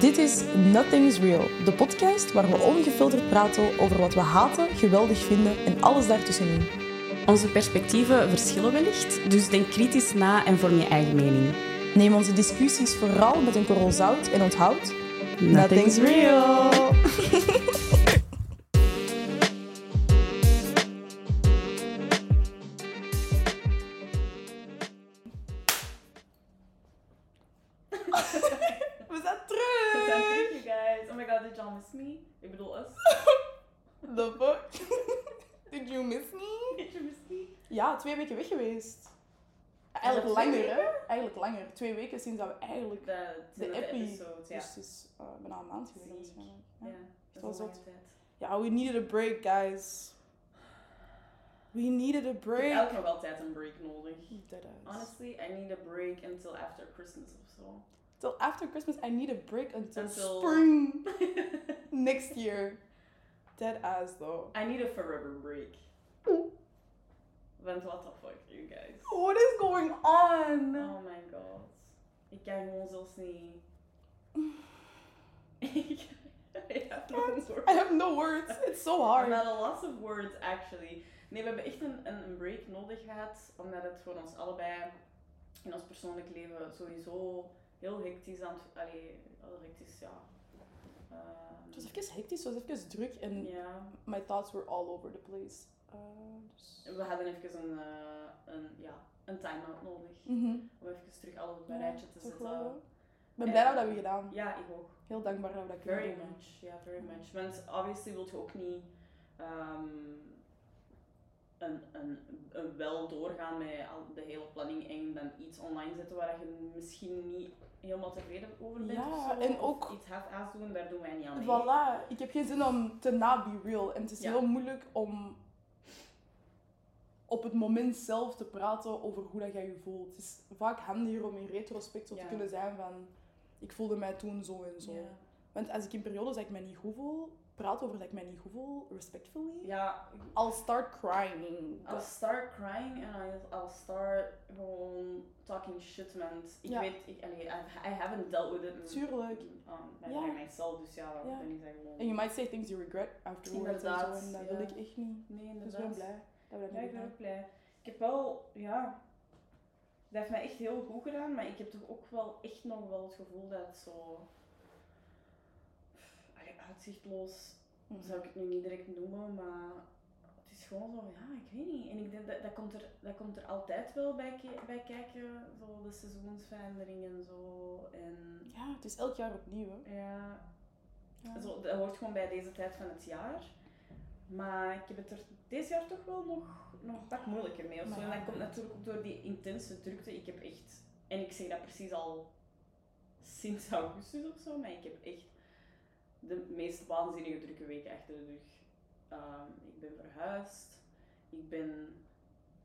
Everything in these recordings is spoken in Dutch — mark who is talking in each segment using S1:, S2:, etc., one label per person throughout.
S1: Dit is Nothing's Real, de podcast waar we ongefilterd praten over wat we haten, geweldig vinden en alles daartussenin.
S2: Onze perspectieven verschillen wellicht, dus denk kritisch na en vorm je eigen mening.
S1: Neem onze discussies vooral met een korrel zout en onthoud...
S2: Nothing's real.
S1: We zijn terug!
S3: Thank you guys. Oh my god, did y'all miss me? Ik bedoel us.
S1: The fuck? Did you miss me?
S3: Did you miss me?
S1: Ja, twee weken weg geweest. Eigenlijk
S3: twee
S1: langer, hè?
S3: weken?
S1: Eigenlijk langer. Twee weken sinds dat we eigenlijk...
S3: De,
S1: De epi.
S3: episodes, ja.
S1: Dus het is eh, bijna een maand geweest.
S3: Ziek.
S1: waarschijnlijk.
S3: Ja,
S1: was
S3: dat was
S1: dat.
S3: dat. Ik
S1: Ja, we needed a break, guys. We needed a
S3: heb
S1: break.
S3: elke keer wel tijd een break nodig.
S1: Deadass.
S3: Honestly, I need a break until after Christmas of zo.
S1: Till after Christmas, I need a break until,
S3: Until-
S1: spring next year. Dead ass though.
S3: I need a forever break. Want what the fuck, you guys.
S1: What is going on?
S3: Oh my god. Ik kan gewoon zelfs niet. Ik I have no
S1: I
S3: words.
S1: have no words. It's so
S3: We
S1: hard.
S3: hadden lots of words, actually. Nee, we hebben echt een, een, een break nodig gehad, omdat het voor ons allebei in ons persoonlijk leven sowieso heel hectisch aan het... Allee, heel hectisch, ja. Ehm,
S1: Het was even hectisch, het was even druk en
S3: ja.
S1: my thoughts were all over the place. Eh, dus...
S3: We hadden even een, eh, een, ja, een time-out nodig,
S1: Mhm.
S3: om even terug alles op een
S1: Ja,
S3: rijtje te
S1: toch
S3: zetten.
S1: wel. Ik ben blij dat
S3: En-
S1: we dat hebben gedaan.
S3: Ja, ik ook.
S1: Heel dankbaar dat we dat kunnen
S3: Very
S1: doen.
S3: much, ja, very much. Want obviously wil je ook niet ehm, een, een, een wel doorgaan met al de hele planning en dan iets online zetten waar je misschien niet helemaal tevreden over bent.
S1: Ja,
S3: of zo,
S1: en
S3: of
S1: ook-
S3: iets half-aas doen, daar doen wij niet aan mee.
S1: Voilà, ik heb geen zin om te na be real. En het is
S3: Ja.
S1: heel moeilijk om op het moment zelf te praten over hoe dat jij je voelt. Het is vaak handiger om in retrospect zo te
S3: Ja.
S1: kunnen zijn van... Ik voelde mij toen zo en zo.
S3: Ja.
S1: Want als ik in periodes dat ik mij niet goed voel, praat over dat ik mij niet goed voel, respectfully,
S3: Ja,
S1: I'll start crying.
S3: I'll start crying and I'll, I'll start gewoon talking shit, want ik
S1: Ja.
S3: weet, ik, allee, I, I haven't dealt with it
S1: Tuurlijk.
S3: um, bij
S1: Ja.
S3: bij mijzelf, dus ja,
S1: Ja.
S3: dan ben ik daar gewoon...
S1: En you might say things you regret afterwards en zo.
S3: Inderdaad,
S1: En dat
S3: ja.
S1: wil ik echt niet.
S3: Nee,
S1: Dus ik
S3: inderdaad.
S1: ben blij dat we dat
S3: Ja, ik
S1: hebben
S3: ben
S1: gedaan.
S3: ook blij. Ik heb wel, ja, dat heeft mij echt heel goed gedaan, maar ik heb toch ook wel echt nog wel het gevoel dat het zo allee, uitzichtloos,
S1: Mhm.
S3: zou ik het nu niet direct noemen, maar het is gewoon zo, ja, ik weet niet. En ik denk dat, dat, komt, er, dat komt er altijd wel bij, ki- bij kijken, zo de seizoensverandering en zo. En
S1: Ja, het is elk jaar opnieuw. hè.
S3: ja,
S1: Ja.
S3: zo, dat hoort gewoon bij deze tijd van het jaar. Maar ik heb het er dit jaar toch wel nog, nog een pak moeilijker mee. Of zo.
S1: Maar
S3: En
S1: ja.
S3: dat komt natuurlijk ook door die intense drukte. Ik heb echt, en ik zeg dat precies al sinds augustus of zo, maar ik heb echt de meest waanzinnige drukke weken achter de rug. Ehm, ik ben verhuisd, ik ben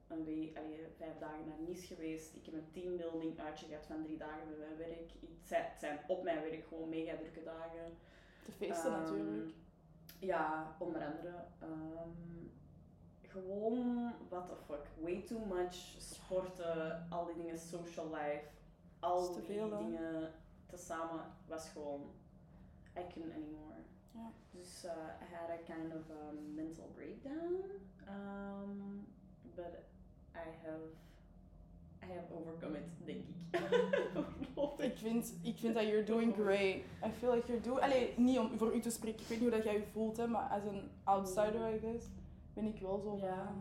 S3: een week, allee, vijf dagen naar Nice geweest. Ik heb een teambuilding uitje gehad van drie dagen bij mijn werk. Het zijn, het zijn op mijn werk gewoon mega drukke dagen.
S1: De feesten
S3: Ehm,
S1: natuurlijk.
S3: Ja, onder andere. ehm, gewoon, what the fuck, way too much. Sporten, al die dingen, social life.
S1: Dat
S3: Al
S1: is te
S3: die
S1: veel, hè?
S3: dingen tezamen was gewoon, I couldn't anymore.
S1: Ja.
S3: Dus eh, I had a kind of a mental breakdown. Um, but I have, I have overcome it, denk ik. Geloof ik.
S1: Ik vind, ik vind dat you're doing great. I feel like you're doing... Allee, niet om voor u te spreken. Ik weet niet hoe dat jij je voelt, hè, maar als een outsider, I guess, ben ik wel zo van... mm.
S3: Ja.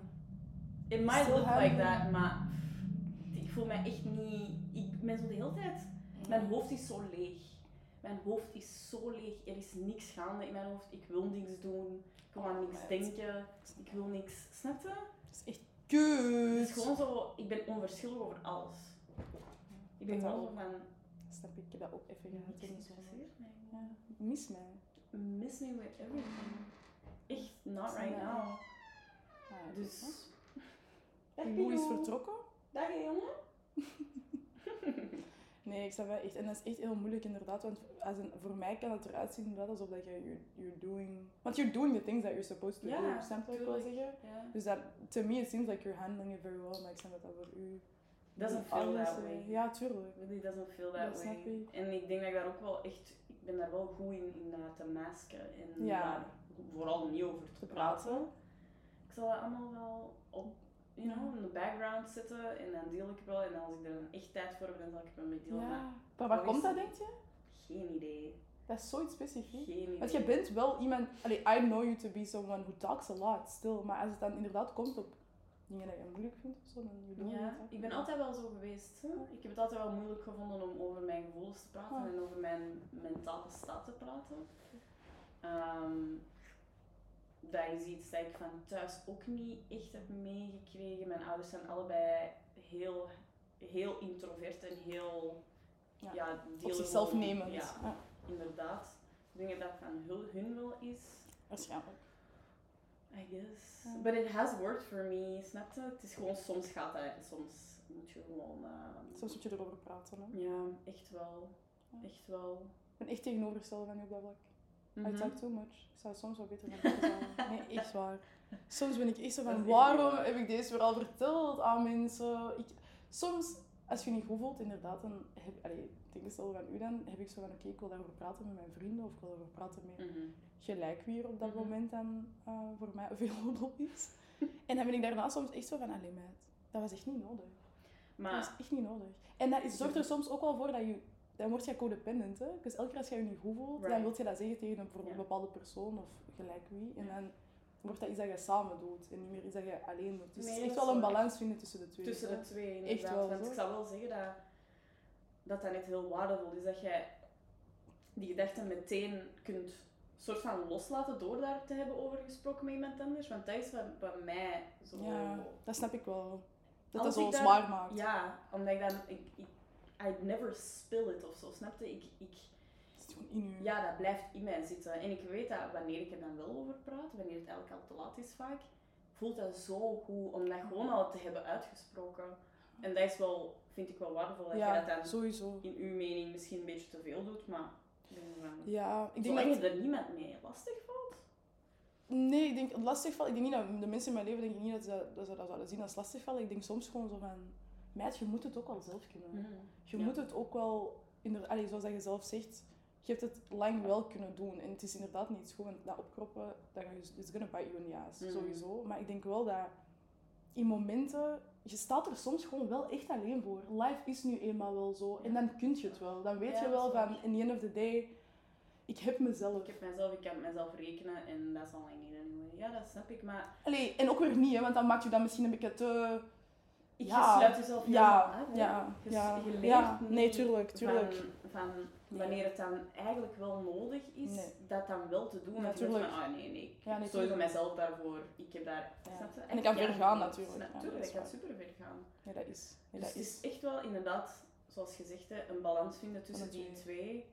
S3: It might
S1: Still
S3: look like
S1: hebben.
S3: that, maar ik voel mij echt niet. Ik ben zo de hele tijd. Mijn hoofd is zo leeg. Mijn hoofd is zo leeg. Er is niks gaande in mijn hoofd. Ik wil niks doen. Ik wil
S1: Oh,
S3: aan niks
S1: meid.
S3: denken. Ik wil niks. Snap je?
S1: Het is echt
S3: Het is
S1: kut.
S3: gewoon zo. Ik ben onverschillig over alles. Ik ben
S1: Dat
S3: gewoon
S1: ook.
S3: zo van.
S1: Snap ik, ik heb dat ook even
S3: Ja,
S1: gehad.
S3: het
S1: toen ik
S3: is
S1: zo-
S3: geïnteresseerd mij.
S1: Ja, mis mij.
S3: Miss me with everything. Echt, not
S1: Snap ik.
S3: right now.
S1: Ah, ja,
S3: Dus.
S1: kijk, hè. Uw moe is vertrokken.
S3: Dag hè, jongen.
S1: Nee, ik snap dat echt. En dat is echt heel moeilijk inderdaad, want als een, voor mij kan het eruit zien inderdaad alsof dat je, you're, you're doing... Want you're doing the things that you're supposed to
S3: Ja,
S1: do, snap je wat ik wil
S3: tuurlijk.
S1: zeggen?
S3: Ja.
S1: Dus dat, to me, it seems like you're handling it very well, maar ik snap dat dat voor u
S3: doesn't feel
S1: Alles,
S3: that
S1: eh,
S3: way.
S1: Ja, tuurlijk.
S3: Really doesn't feel that
S1: Dat
S3: way.
S1: snap ik.
S3: En ik denk dat ik daar ook wel echt, ik ben daar wel goed in, in dat te masken en
S1: Ja.
S3: daar vooral niet over te praten. Ik zal dat allemaal wel op, you know, in de background zetten en dan deel ik het wel. En als ik er dan echt tijd voor heb, dan zal ik het wel mee delen. Maar
S1: Ja. Maar waar
S3: Wat
S1: komt
S3: is
S1: dat,
S3: dat?
S1: denk je?
S3: geen idee.
S1: Dat is zoiets specifiek.
S3: Geen idee.
S1: Want je bent wel iemand... Allee, I know you to be someone who talks a lot, still. Maar als het dan inderdaad komt op dingen dat je moeilijk vindt of zo, dan doe je
S3: Ja,
S1: het ook.
S3: ik ben altijd wel zo geweest. Ik heb het altijd wel moeilijk gevonden om over mijn gevoelens te praten
S1: Ah.
S3: en over mijn mentale staat te praten. Ehm, dat is iets dat ik van thuis ook niet echt heb meegekregen. Mijn ouders zijn allebei heel, heel introvert en heel...
S1: Ja,
S3: Ja,
S1: Op
S3: delen
S1: zichzelf
S3: gewoon-
S1: nemen. dus.
S3: Ja, inderdaad. Ik denk dat dat van hun, hun wel is.
S1: waarschijnlijk.
S3: I guess.
S1: Ja.
S3: But it has worked for me, snap je? Het is gewoon soms gaat dat en soms moet je gewoon... ehm,
S1: Soms moet je erover praten. Hè.
S3: Ja, echt wel.
S1: Ja.
S3: Echt wel.
S1: Ik ben echt tegenovergestelde van je op dat vlak.
S3: Mhm.
S1: I talk too much. Ik zou soms wel beter van Nee, echt waar. Soms ben ik echt zo
S3: Dat
S1: van,
S3: is echt waar.
S1: waarom heb ik deze verhaal verteld aan mensen? Ik, soms, als je niet goed voelt, inderdaad, dan heb allee, tegenstel van u dan, heb ik zo van, oké, ik wil daarover praten met mijn vrienden of ik wil daarover praten met
S3: Mhm.
S1: gelijk wie er op dat
S3: Mhm.
S1: moment dan eh, voor mij available is. en dan ben ik daarna soms echt zo van, allee meid, dat was echt niet nodig. Dat
S3: Maar
S1: is echt niet nodig. En dat is- zorgt er soms ook wel voor dat je... Dan word je codependent, hè. Dus elke keer als je je niet goed voelt, dan
S3: Right.
S1: wil je dat zeggen tegen een, voor een
S3: Ja.
S1: bepaalde persoon of gelijk wie. En
S3: Ja.
S1: dan wordt dat iets dat je samen doet en niet meer iets dat je alleen doet. Dus
S3: Nee,
S1: het is
S3: dat
S1: echt
S3: is
S1: wel een
S3: waar.
S1: balans vinden tussen de twee.
S3: tussen de
S1: Hè.
S3: twee
S1: Echt
S3: inderdaad.
S1: wel,
S3: Want
S1: zo.
S3: ik zou wel zeggen dat dat dan echt heel waardevol is. Dat jij die gedachten meteen kunt soort van loslaten door daar te hebben over gesproken met iemand anders. Want dat is wat, wat mij zo...
S1: Ja, dat snap ik wel. Dat
S3: Oh.
S1: dat
S3: Als
S1: zo
S3: ik daar-
S1: zwaar maakt.
S3: Ja, omdat ik dan... Ik, ik, I'd never spill it of zo, snapte? Ik, ik,
S1: Het is gewoon in je.
S3: ja, dat blijft in mij zitten. En ik weet dat wanneer ik er dan wel over praat, wanneer het eigenlijk al te laat is vaak, voelt dat zo goed om dat gewoon al te hebben uitgesproken. En dat is wel, vind ik wel waardevol dat
S1: Ja,
S3: je dat dan
S1: sowieso.
S3: in uw mening misschien een beetje te veel doet, maar ik denk van-
S1: Ja, ik denk
S3: zolang
S1: dat...
S3: je er niemand mee lastig valt.
S1: Nee, ik denk lastig vallen. Ik denk niet dat de mensen in mijn leven denk ik niet dat ze dat, ze dat zouden zien als lastig vallen. Ik denk soms gewoon zo van... Meid, je moet het ook wel zelf
S3: Mm.
S1: kunnen. Je
S3: Ja.
S1: moet het ook wel, inder- allee, zoals dat je zelf zegt, je hebt het lang wel kunnen doen. En het is inderdaad niet schoon. Dat opkroppen, dat ga je, it's gonna bite you in the ass,
S3: Mhm.
S1: sowieso. Maar ik denk wel dat in momenten, je staat er soms gewoon wel echt alleen voor. Life is nu eenmaal wel zo. En dan kun je het wel. Dan weet
S3: Ja,
S1: je
S3: dat
S1: wel
S3: is waar.
S1: van, in the end of the day, ik heb mezelf.
S3: Ik heb mezelf, ik kan op mezelf rekenen en dat is al lang niet anyway. Ja, dat snap ik, maar
S1: Allee, en ook weer niet, hè, want dan maak je dat misschien een beetje te...
S3: ik
S1: Ja.
S3: sluit jezelf helemaal
S1: Ja,
S3: uit. hè.
S1: ja,
S3: Je-
S1: ja.
S3: je leert
S1: ja. Nee,
S3: niet
S1: tuurlijk, tuurlijk.
S3: Van, van
S1: Nee.
S3: wanneer het dan eigenlijk wel nodig is,
S1: Nee.
S3: dat dan wel te doen. Want je
S1: Natuurlijk.
S3: denkt van, ah nee, nee, ik
S1: Ja, nee,
S3: sowieso
S1: tuurlijk.
S3: mezelf daarvoor, ik heb daar...
S1: Ja.
S3: Snap je?
S1: En ik kan ver gaan, natuurlijk.
S3: Snap-
S1: Ja, dat
S3: tuurlijk,
S1: is
S3: ik kan
S1: waar.
S3: super ver gaan.
S1: Nee, dat is. Nee,
S3: dus
S1: dat
S3: het is
S1: is.
S3: echt wel inderdaad, zoals gezegd, hè, een balans vinden tussen
S1: de
S3: die twee.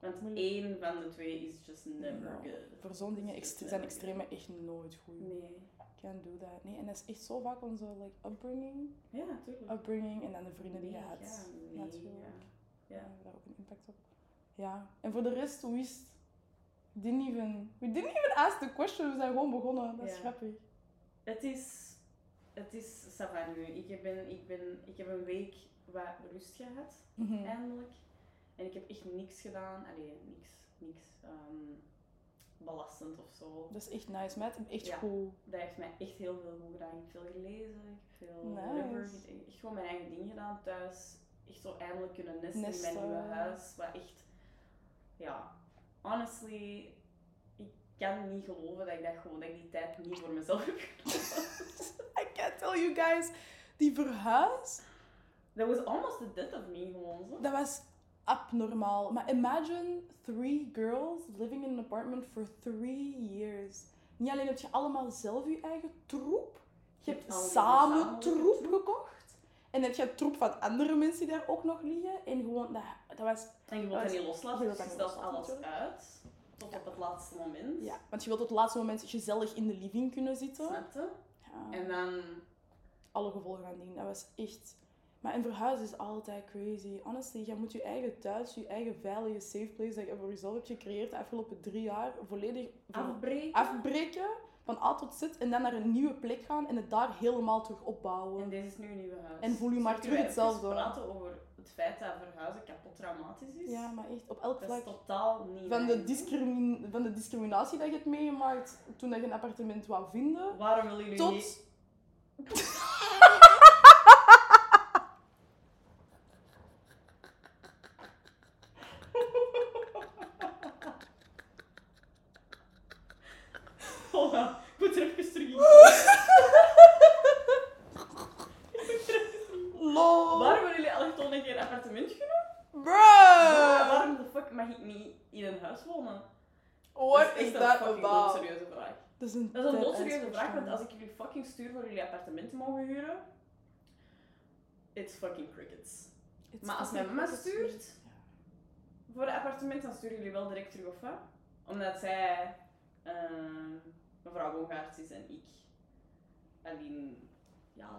S3: Want
S1: Moeilijk.
S3: één van de twee is just never
S1: Ja.
S3: good.
S1: Voor zo'n dingen
S3: Dat is
S1: extre-
S3: echt
S1: zijn
S3: erg.
S1: extreme echt nooit goed.
S3: Nee.
S1: Can't do that. Nee, en dat is echt zo vaak onze like, upbringing,
S3: Ja, tuurlijk.
S1: upbringing en dan de vrienden die je
S3: Mega,
S1: hebt.
S3: mega.
S1: natuurlijk.
S3: Ja.
S1: hebben daar ook een impact op. Ja, en voor de rest, hoe is het? Didn't even, we didn't even ask the question, we zijn gewoon begonnen. Dat is
S3: Ja.
S1: grappig.
S3: Het is, het is ça va nu. Ik, ben, ik, ben, ik heb een week wat rust gehad.
S1: Mhm.
S3: eindelijk. En ik heb echt niks gedaan. Allee, niks, niks ehm, belastend of zo.
S1: Dat is echt nice, met echt
S3: Ja.
S1: cool.
S3: Dat heeft mij echt heel veel goed gedaan. Ik heb veel gelezen, ik heb veel
S1: Nice.
S3: whatever gedaan. Echt gewoon mijn eigen ding gedaan thuis. Echt zo eindelijk kunnen nesten, in
S1: Nesten.
S3: mijn nieuwe huis. Wat echt, ja, honestly, ik kan niet geloven dat ik dat gewoon, dat ik die tijd niet voor mezelf heb genomen.
S1: I can't tell you guys, die verhuis,
S3: That was almost the death of me gewoon zo.
S1: dat was abnormaal. Maar imagine three girls living in an apartment for three years. Niet alleen heb je allemaal zelf je eigen troep, je
S3: Je
S1: hebt
S3: hebt al die
S1: samen
S3: gezamenlijke
S1: troep
S3: troep.
S1: gekocht. En heb je troep van andere mensen die daar ook nog liggen. En gewoon, dat, dat was...
S3: En je
S1: Dat
S3: wilt dat
S1: Oh, is-
S3: niet
S1: je
S3: loslaten,
S1: wilt
S3: dus
S1: dat
S3: je
S1: niet
S3: stelt
S1: loslaten,
S3: alles
S1: natuurlijk.
S3: uit. Tot op het laatste moment.
S1: Ja, want je wilt op het laatste moment gezellig in de living kunnen zitten.
S3: Snap je?
S1: Ja,
S3: En dan,
S1: alle gevolgen van dien. Dat was echt... Maar een verhuis is altijd crazy. Honestly, jij moet je eigen thuis, je eigen veilige safe place dat je voor jezelf hebt gecreëerd de afgelopen drie jaar volledig voor-
S3: afbreken.
S1: afbreken. van A tot Z en dan naar een nieuwe plek gaan en het daar helemaal terug opbouwen.
S3: En deze is nu een nieuwe huis.
S1: En voel je maar
S3: Zullen
S1: terug
S3: we
S1: hetzelfde.
S3: even praten over het feit dat verhuizen kapot traumatisch is.
S1: Ja, maar echt op elk
S3: dat is
S1: vlak.
S3: totaal niet.
S1: Van de,
S3: mijn ding.
S1: discrimin- van de discriminatie dat je hebt meegemaakt toen dat je een appartement wou vinden.
S3: Waarom willen jullie niet?
S1: Tot.
S3: Oh, ja. ik moet er even terug in. komen.
S1: LOL.
S3: Waarom hebben jullie elke toon een keer een appartement genomen?
S1: Eh. Bruh!
S3: Waarom de fuck mag ik niet in een huis wonen?
S1: What
S3: dat is
S1: is
S3: echt
S1: that
S3: een fucking
S1: about?
S3: doodserieuze vraag.
S1: Dat is een,
S3: Dat is een
S1: dead
S3: doodserieuze
S1: ass
S3: vraag, want
S1: question.
S3: als ik jullie fucking stuur voor jullie appartement te mogen huren, it's fucking crickets.
S1: It's
S3: maar als mijn
S1: fucking
S3: mama
S1: fucking
S3: stuurt
S1: sweet.
S3: voor een appartement, dan sturen jullie wel direct terug of wat? Omdat zij ehm, mevrouw Bongaerts is en ik. Alleen, ja,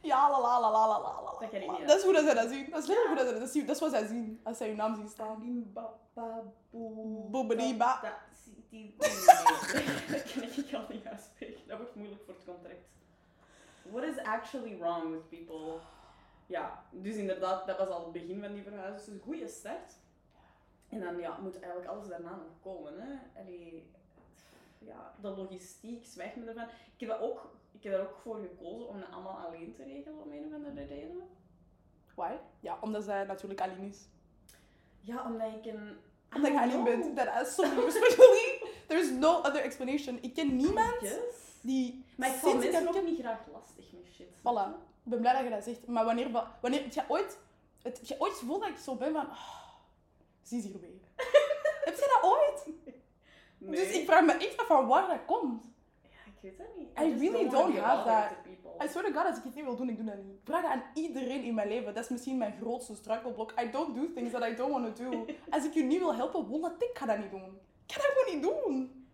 S1: Ja, la la la la la la la.
S3: Dat ken ik
S1: la.
S3: niet, hè.
S1: Dat is hoe dat zij dat zien. Dat is letterlijk hoe dat zij dat zien. Dat is wat zij zien als zij je naam zien staan.
S3: Alim Baba
S1: Boeberiba.
S3: Dat zit die- Nee, dat kan ik al niet uitspreken. Dat wordt moeilijk voor het contract. What is actually wrong with people? Ja, dus inderdaad, dat was al het begin van die verhuizing. Dus een goede start. En dan ja, moet eigenlijk alles daarna nog komen. Hè? Allee, ja, de logistiek, zwijg me ervan. Ik heb, dat ook, ik heb er ook voor gekozen om dat allemaal alleen te regelen om een of andere reden.
S1: Why? Ja, omdat zij natuurlijk alleen is.
S3: Ja, omdat ik een...
S1: Omdat je alleen
S3: No.
S1: bent. That is so respectfully. There is no other explanation. Ik ken niemand
S3: Yes.
S1: die...
S3: Maar ik val
S1: sinds
S3: mensen
S1: dat
S3: ook
S1: ik
S3: niet graag lastig met shit. snap
S1: Voilà.
S3: je?
S1: Ik ben blij dat je dat zegt. Maar wanneer... wa- wanneer heb jij ooit... Het, heb jij ooit gevoeld dat ik zo ben van... ah, ze is hier weer. heb jij dat ooit?
S3: Nee.
S1: Dus ik vraag me echt af van waar dat komt.
S3: Ja, ik weet dat niet.
S1: I
S3: just
S1: really
S3: wanna
S1: don't
S3: be
S1: have
S3: bothered
S1: that.
S3: to people.
S1: I swear to god, als ik iets niet wil doen, ik doe dat niet. Ik Vraag dat aan iedereen in mijn leven. Dat is misschien mijn grootste struikelblok. I don't do things that I don't want to do. Als ik je niet wil helpen, wollet, ik ga dat niet doen. Ik ga dat gewoon niet doen.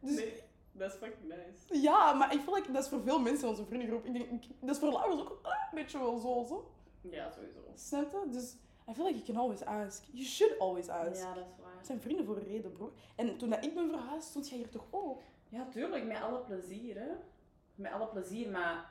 S1: Dus
S3: Nee, dat is fucking nice.
S1: ja, maar ik voel like, dat is voor veel mensen in onze vriendengroep. Ik denk, ik- dat is voor Laurens ook ah, een beetje wel zo, zo.
S3: Ja, sowieso.
S1: Snap je? Dus I feel like you can always ask. You should always ask.
S3: Ja, dat is waar.
S1: We zijn vrienden voor een reden, broer. En toen dat ik ben verhuisd, stond jij hier toch ook?
S3: Ja, tuurlijk, met alle plezier, hè. Met alle plezier, maar...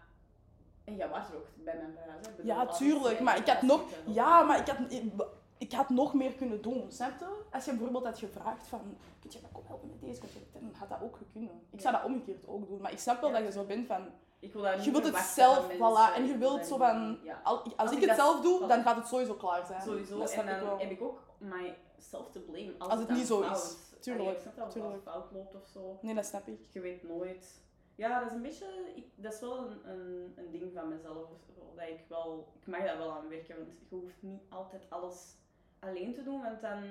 S3: En jij was er ook bij mijn verhaal, hè. Ik bedoel,
S1: Ja,
S3: alles
S1: tuurlijk,
S3: jij
S1: maar ik had
S3: thuis
S1: nog-
S3: zit, hè.
S1: Ja, maar ik had, ik, ik had nog meer kunnen doen, snap je? Als je bijvoorbeeld had gevraagd van, kun je me komen helpen met deze, kun je dat- dan had dat ook gekund. Ik zou dat omgekeerd ook doen, maar ik snap wel
S3: Ja.
S1: dat je zo bent van,
S3: Ik wil daar niet
S1: je wilt
S3: meer
S1: het
S3: wachten van
S1: zelf,
S3: mensen.
S1: voilà, en je
S3: Ik
S1: wilt
S3: wil
S1: zo
S3: daar
S1: van,
S3: niet- Ja,
S1: al- als,
S3: Als
S1: ik
S3: ik
S1: het
S3: dat-
S1: zelf doe,
S3: voilà.
S1: dan gaat het sowieso klaar zijn.
S3: sowieso.
S1: Dat
S3: En
S1: snap ik
S3: dan
S1: wel.
S3: heb ik ook myself te blame als,
S1: Als het
S3: dan
S1: niet zo
S3: fout.
S1: is.
S3: Allee,
S1: Tuurlijk,
S3: Ik snap dat het
S1: tuurlijk.
S3: fout loopt of zo.
S1: Nee, dat snap ik.
S3: Je weet nooit. Ja, dat is een beetje. Ik, dat is wel een, een, een ding van mezelf. of zo, Dat ik wel. Ik mag daar wel aan werken, want je hoeft niet altijd alles alleen te doen, want dan.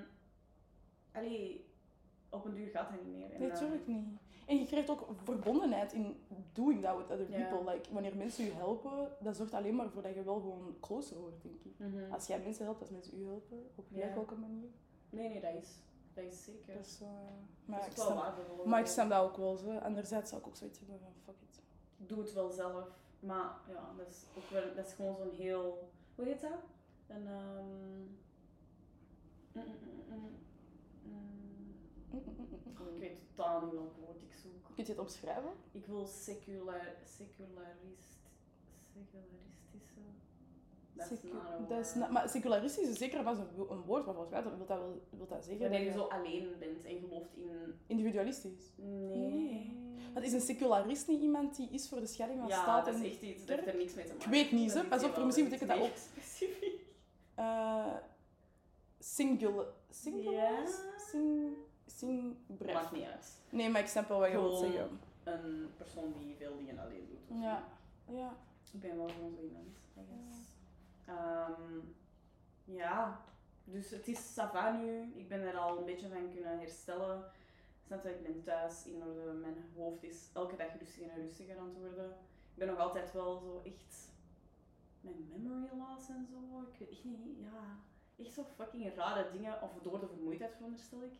S3: Allee, op een duur gaat dat niet meer. En
S1: Nee,
S3: dan-
S1: natuurlijk niet. En je krijgt ook verbondenheid in doing that with other
S3: Ja.
S1: people. Like, wanneer mensen je helpen, dat zorgt alleen maar voor dat je wel gewoon closer wordt, denk ik.
S3: Mhm.
S1: Als jij mensen helpt, als mensen u helpen, op
S3: Ja.
S1: welke manier.
S3: Nee, nee, dat is, dat is zeker. Dat is,
S1: Dus, eh, maar ik
S3: wel
S1: snap-
S3: waardevol.
S1: Maar ik snap dat ook wel zo. Anderzijds zou ik ook zoiets hebben van fuck it.
S3: Doe het wel zelf. Maar ja, dat is, ook wel, dat is gewoon zo'n heel. Hoe heet dat? Een. ehm, mm, mm, mm, mm, mm.
S1: Mm.
S3: Oh, Ik weet totaal niet welk woord ik zoek.
S1: Kun je het opschrijven?
S3: Ik wil secular, secularist, secularistische. Dat is
S1: Secu-
S3: not a
S1: dat is
S3: word.
S1: na- maar secularistisch is zeker pas een, wo- een woord, maar volgens mij wil dat, wel, wil dat zeggen.
S3: Wanneer je
S1: dat je
S3: zo alleen bent en gelooft in.
S1: Individualistisch.
S3: Nee.
S1: Dat is een secularist niet iemand die is voor de scheiding van
S3: ja,
S1: staat
S3: dat
S1: en.
S3: is echt iets, dat heeft er niks mee te maken.
S1: weet niet,
S3: Dat
S1: hè.
S3: is
S1: Pas op,
S3: heel
S1: voor misschien
S3: iets
S1: betekent dat
S3: meer specifiek.
S1: eh, singula- singularist?
S3: Ja.
S1: Sing. Sing. bref.
S3: Maakt niet uit.
S1: Nee, maar ik snap wel wat je wilt
S3: Gewoon-
S1: zeggen.
S3: Een persoon die veel dingen alleen doet. of
S1: Ja.
S3: zo.
S1: Ja.
S3: Ik ben wel gewoon zo iemand, I guess. Ehm, ja, dus het is Sava nu. Ik ben er al een beetje van kunnen herstellen. Snap je, ik ben thuis in orde. Mijn hoofd is elke dag rustiger en rustiger aan het worden. Ik ben nog altijd wel zo echt mijn memory loss en zo. Ik weet echt niet, ja. Echt zo fucking rare dingen. Of door de vermoeidheid veronderstel ik.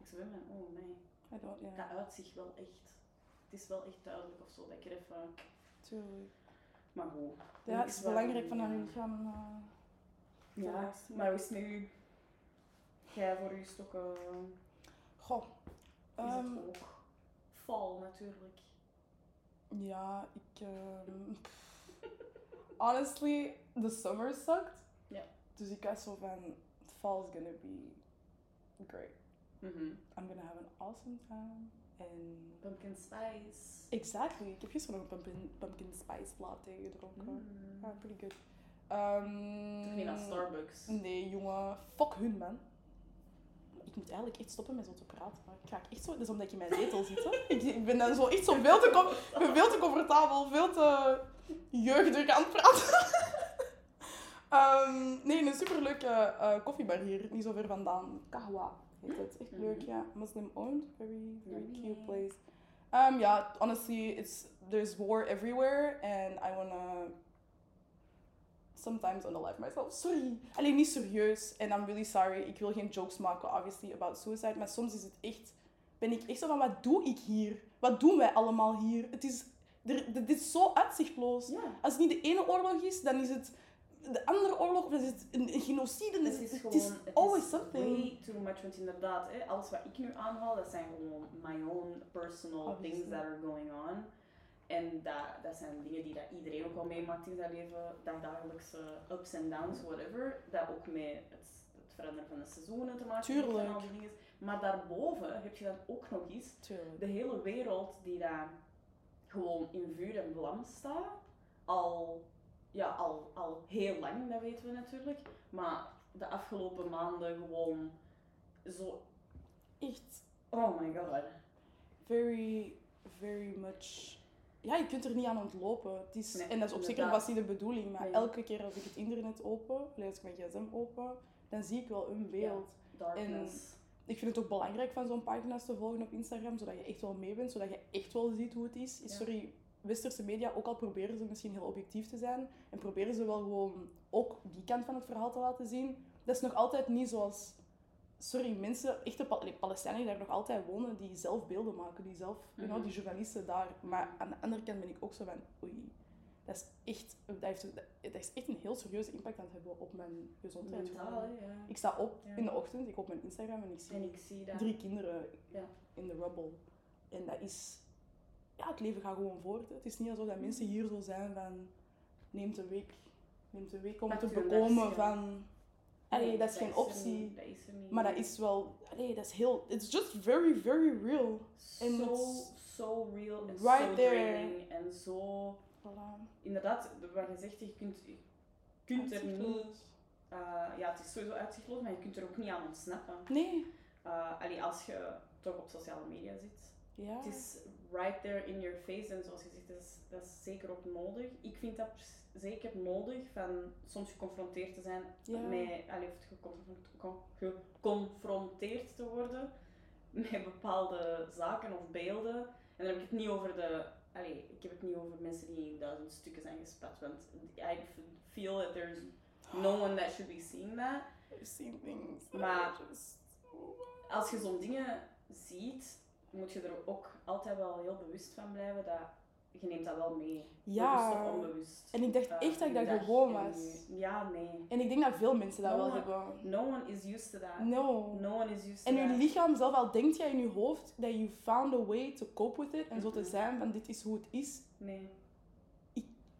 S3: Ik zo ben van, oh nee,
S1: I don't, ja.
S3: dat uitzicht wel echt. Het is wel echt duidelijk of zo. Dat ik er even,
S1: Tuurlijk.
S3: maar goed.
S1: Ja, het is belangrijk van een lichaam. eh,
S3: Ja,
S1: Helaas.
S3: maar hoe is het met u? Jij voor uw stokken,
S1: Goh.
S3: is
S1: ehm,
S3: het eh, ook val natuurlijk.
S1: Ja, ik. ehm, honestly, the summer sucked.
S3: Ja.
S1: Dus ik was zo van, fall's gonna be great. I'm gonna have an awesome time. En.
S3: Pumpkin spice.
S1: Exactly. Ik heb gisteren nog een pumpkin, pumpkin spice latte gedronken.
S3: Mm.
S1: Ja, pretty good. Ehm,
S3: Toch niet aan Starbucks.
S1: Nee, jongen. Fuck hun, man. Ik moet eigenlijk echt stoppen met zo te praten. Maar ik ga echt zo... Dat is omdat ik in mijn zetel zit, hè. Ik- Ik ben dan zo echt zo veel te, com- ik ben veel te comfortabel, veel te jeugdig aan het praten. Ehm, nee, een superleuke eh, koffiebar hier, niet zo ver vandaan. Kahwa heet het. Echt leuk, ja. Muslim-owned. Very, very cute
S3: Nice.
S1: place. Um, yeah, honestly, it's there's war everywhere, and I wanna sometimes unalive myself. Sorry. Alleen niet serieus. And I'm really sorry. Ik wil geen jokes maken, obviously, about suicide. Maar soms is het echt... Ben ik echt zo van, wat doe ik hier? Wat doen wij allemaal hier? Het is... Er, dit is zo uitzichtloos.
S3: Ja.
S1: Als het niet de ene oorlog is, dan is het de andere oorlog. Of dan is het een, een genocide. Dan is
S3: Het
S1: het,
S3: is gewoon...
S1: het is
S3: het is
S1: always something.
S3: Way too much, want inderdaad, hè, alles wat ik nu aanhaal, dat zijn gewoon my own personal
S1: Obviously.
S3: things that are going on. En dat, dat zijn dingen die dat iedereen ook al meemaakt in zijn leven. Dat dagelijkse ups en downs, whatever. Dat ook met het, het veranderen van de seizoenen te maken heeft en
S1: Tuurlijk.
S3: al die dingen. Maar daarboven heb je dan ook nog iets de hele wereld die daar gewoon in vuur en vlam staat, al, ja, al, al heel lang, dat weten we natuurlijk, maar de afgelopen maanden gewoon zo,
S1: Echt
S3: oh my god.
S1: very, very much. Ja, je kunt er niet aan ontlopen. Het is,
S3: Nee,
S1: en dat is op zich
S3: inderdaad.
S1: was niet de bedoeling, maar
S3: Nee.
S1: elke keer als ik het internet open, alleen als ik mijn gsm open, dan zie ik wel een beeld.
S3: Darkness.
S1: Ik vind het ook belangrijk van zo'n pagina's te volgen op Instagram, zodat je echt wel mee bent, zodat je echt wel ziet hoe het is.
S3: Ja.
S1: Sorry, westerse media, ook al proberen ze misschien heel objectief te zijn, en proberen ze wel gewoon ook die kant van het verhaal te laten zien, dat is nog altijd niet zoals... Sorry, mensen, echte Pal- allee, Palestijnen die daar nog altijd wonen, die zelf beelden maken, die zelf, you know,
S3: Mhm.
S1: die journalisten daar. Maar aan de andere kant ben ik ook zo van, oei, dat is echt, dat heeft, dat is echt een heel serieuze impact aan het hebben op mijn gezondheid.
S3: Mentaal,
S1: gewoon.
S3: hè, ja.
S1: Ik sta op
S3: Ja.
S1: in de ochtend, ik op mijn Instagram en ik zie
S3: En ik zie dat.
S1: drie kinderen
S3: Ja.
S1: in de rubble. En dat is... Ja, het leven gaat gewoon voort. hè. Het is niet alsof dat mensen hier zo zijn van... Neemt een week, neemt een week om
S3: Pak
S1: te
S3: je les,
S1: bekomen
S3: ja.
S1: van... Allee, dat is geen
S3: er
S1: optie.
S3: niet, dat is er niet.
S1: Maar dat is wel... Allee, dat is heel... It's just very, very real. en
S3: zo,
S1: het-
S3: zo real en
S1: Right there.
S3: zo draining en zo...
S1: Voilà.
S3: Inderdaad, wat je zegt, je kunt, je kunt er niet Eh, ja, het is sowieso uitzichtloos, maar je kunt er ook niet aan ontsnappen.
S1: Nee.
S3: Eh, allee, als je toch op sociale media zit.
S1: Ja.
S3: Het is right there in your face en zoals je zegt, dat is, dat is zeker ook nodig. Ik vind dat pers- zeker nodig, van soms geconfronteerd te zijn
S1: Ja.
S3: met, allee, of geconfron- con- geconfronteerd te worden met bepaalde zaken of beelden. En dan heb ik het niet over de, allee, ik heb het niet over mensen die in duizend stukken zijn gespat, want I feel that there's no one that should be seeing that.
S1: I've seen things. that
S3: Maar-
S1: are just-
S3: als je zo'n dingen ziet, moet je er ook altijd wel heel bewust van blijven. Dat, je neemt dat wel mee. Bewust of
S1: Ja.
S3: onbewust.
S1: En ik dacht
S3: eh,
S1: echt dat ik
S3: die
S1: dat
S3: dag.
S1: gewoon
S3: En-
S1: was.
S3: Ja, nee.
S1: En ik denk dat veel mensen dat
S3: No
S1: wel
S3: one-
S1: hebben.
S3: No one is used to that.
S1: No.
S3: No one is used to
S1: En
S3: that.
S1: je lichaam zelf, al denkt jij in je hoofd dat you found a way to cope with it en zo te
S3: Mhm.
S1: zijn van dit is hoe het is,
S3: Nee.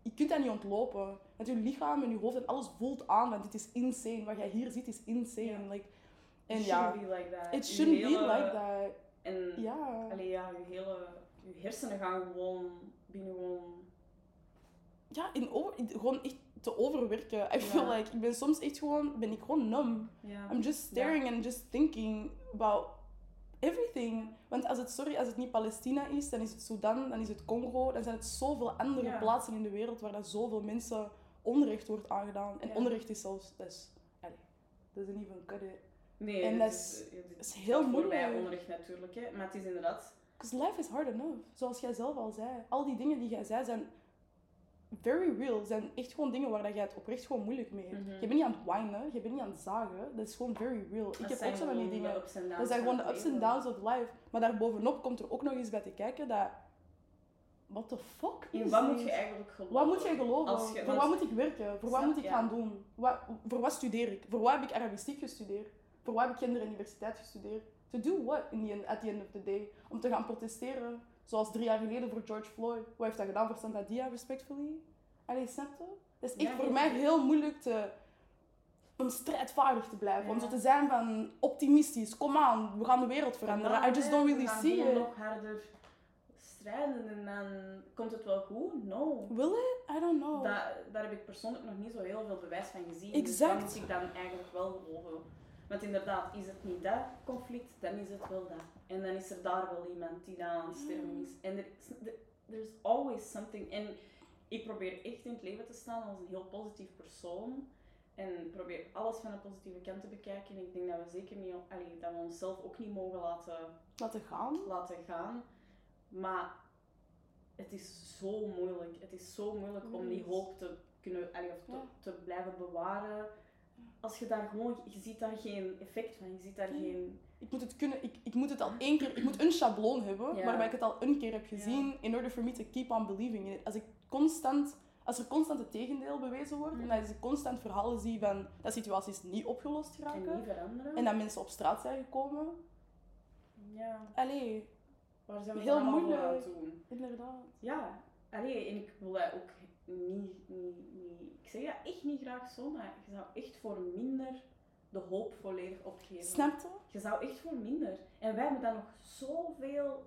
S1: je kunt dat niet ontlopen. Want je lichaam en je hoofd en alles voelt aan want dit is insane. Wat jij hier ziet is insane.
S3: Ja.
S1: Like, en
S3: It
S1: ja,
S3: shouldn't be like that.
S1: it
S3: Je
S1: shouldn't be
S3: hele-
S1: like that.
S3: En
S1: Ja.
S3: allee, ja, je hele... Je hersenen gaan gewoon binnen gewoon...
S1: Ja, in over, in- gewoon echt te overwerken. I feel
S3: Ja.
S1: like, ik ben soms echt gewoon, ben ik gewoon numb.
S3: Ja.
S1: I'm just staring and just thinking about everything. Want als het, sorry, als het niet Palestina is, dan is het Sudan, dan is het Congo, dan zijn het zoveel andere
S3: Ja.
S1: plaatsen in de wereld waar dat zoveel mensen onrecht wordt aangedaan. En
S3: Ja.
S1: onrecht is zelfs, dat is, allee, doesn't even cut it.
S3: Nee,
S1: en
S3: dit
S1: dat is-
S3: eh, dit
S1: Dat is heel
S3: gaat
S1: moeilijk.
S3: Voorbij onrecht natuurlijk, hè. Maar het is inderdaad...
S1: Because life is hard enough. Zoals jij zelf al zei. Al die dingen die jij zei zijn very real. Zijn echt gewoon dingen waar dat jij het oprecht gewoon moeilijk mee hebt.
S3: Mhm.
S1: Je bent niet aan het whinen, je bent niet aan het zagen. Dat is gewoon very real. Ik heb ook zo van die dingen. Dat zijn gewoon de ups en downs of life. Maar daarbovenop komt er ook nog eens bij te kijken dat... What the fuck
S3: In
S1: is
S3: wat
S1: dit?
S3: moet je eigenlijk geloven?
S1: Wat moet jij
S3: Als
S1: geloven?
S3: je-
S1: voor wat
S3: want-
S1: moet ik werken? Voor wat
S3: Snap-
S1: moet ik
S3: ja.
S1: gaan doen? Wat, voor wat studeer ik? Voor wat heb ik Arabistiek gestudeerd? Voor wat heb ik kinderuniversiteit gestudeerd? To do what in the end, at the end of the day? Om te gaan protesteren. Zoals drie jaar geleden voor George Floyd. Hoe heeft dat gedaan voor Santa Dia, respectfully? Allee, snap je? Dat is echt
S3: Ja,
S1: voor
S3: ja.
S1: mij heel moeilijk te, om strijdvaardig te blijven. Om
S3: Ja.
S1: zo te zijn van optimistisch, kom aan, we gaan de wereld veranderen. I just don't really
S3: We gaan
S1: see
S3: gewoon
S1: it.
S3: nog harder strijden en dan komt het wel goed? No.
S1: Will it? I don't know.
S3: Da- daar heb ik persoonlijk nog niet zo heel veel bewijs van gezien.
S1: Exact.
S3: Dus dat moet ik dan eigenlijk wel geloven. Want inderdaad, is het niet dat conflict, dan is het wel dat. En dan is er daar wel iemand die daar aan het sterven is. En er is, er- there's always something. En ik probeer echt in het leven te staan als een heel positief persoon. En probeer alles van de positieve kant te bekijken. En ik denk dat we zeker niet, allee, dat we onszelf ook niet mogen laten
S1: Laten gaan.
S3: laten gaan. Maar het is zo moeilijk. Het is zo moeilijk om die hoop te kunnen allee, of te,
S1: Ja.
S3: te blijven bewaren. Als je daar gewoon, je ziet daar geen effect van, je ziet daar
S1: Nee.
S3: geen.
S1: Ik moet het kunnen, ik, ik moet het al één keer, ik moet een schabloon hebben
S3: Ja.
S1: waarbij ik het al een keer heb gezien in order for me to keep on believing in it. Als ik constant, als er constant het tegendeel bewezen wordt
S3: Mm.
S1: en als ik constant verhalen zie van dat situaties niet opgelost
S3: En
S1: geraken
S3: niet veranderen.
S1: en dat mensen op straat zijn gekomen.
S3: Ja,
S1: Allee,
S3: waar zijn we
S1: Heel
S3: het allemaal
S1: moeilijk.
S3: voor aan het doen?
S1: inderdaad.
S3: Ja, allee, en ik wil dat ook niet, niet, niet. Ik zeg dat echt niet graag zo, maar je zou echt voor minder de hoop volledig opgeven.
S1: Snap je?
S3: Je zou echt voor minder. En wij hebben dan nog zoveel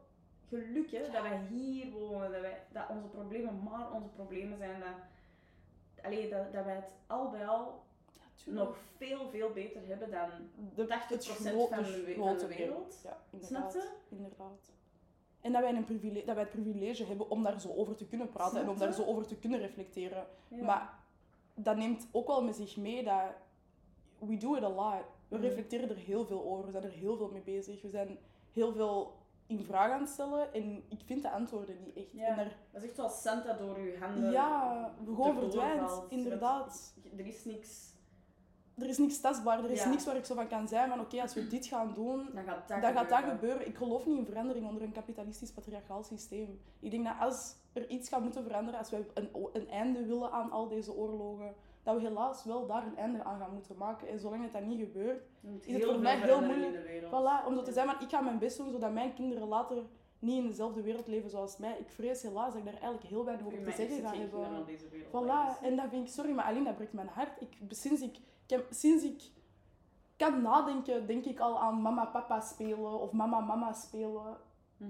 S3: geluk, hè, dat wij hier wonen, dat, wij, dat onze problemen maar onze problemen zijn. Dat, allee, dat, dat wij het al bij al
S1: Ja,
S3: nog veel, veel beter hebben dan...
S1: De,
S3: 80%
S1: gro-
S3: van de we- van de wereld.
S1: Ja, inderdaad.
S3: Snap je?
S1: Inderdaad. En dat wij, een privile- dat wij het privilege hebben om daar zo over te kunnen praten en
S3: Snap
S1: om daar
S3: je?
S1: zo over te kunnen reflecteren.
S3: Ja.
S1: Maar dat neemt ook wel met zich mee dat we do it a lot. We
S3: Mhm.
S1: reflecteren er heel veel over, we zijn er heel veel mee bezig. We zijn heel veel in vraag aan het stellen en ik vind de antwoorden niet echt.
S3: Ja.
S1: En daar-
S3: Dat is echt zoals Santa door uw handen.
S1: ja, gewoon
S3: erdoor
S1: verdwijnt,
S3: valt.
S1: inderdaad.
S3: Dat- Er is niks...
S1: Er is niks tastbaar, er is
S3: Ja.
S1: niks waar ik zo van kan zijn van oké, als we dit gaan doen,
S3: Dan gaat dat
S1: dan gaat dat
S3: gebeuren.
S1: gebeuren. Ik geloof niet in verandering onder een kapitalistisch patriarchaal systeem. Ik denk dat als er iets gaat moeten veranderen, als wij een, o- een einde willen aan al deze oorlogen, dat we helaas wel daar een einde aan gaan moeten maken. En zolang het dat niet gebeurt,
S3: Er moet
S1: Is het
S3: heel
S1: voor
S3: veel
S1: mij heel
S3: veranderen in
S1: moeilijk?
S3: de wereld.
S1: voilà, om zo te
S3: Ja.
S1: zijn van ik ga mijn best doen, zodat mijn kinderen later niet in dezelfde wereld leven zoals mij. Ik vrees helaas dat ik daar eigenlijk heel weinig
S3: Voor
S1: over te
S3: mij is
S1: zeggen
S3: het
S1: ga
S3: geen kinderen
S1: hebben.
S3: op deze wereld.
S1: Voilà, en dat vind ik, sorry, maar alleen dat breekt mijn hart. Ik, sinds, ik, ik heb- sinds ik kan nadenken, denk ik al aan mama-papa spelen of mama-mama spelen.
S3: Mhm.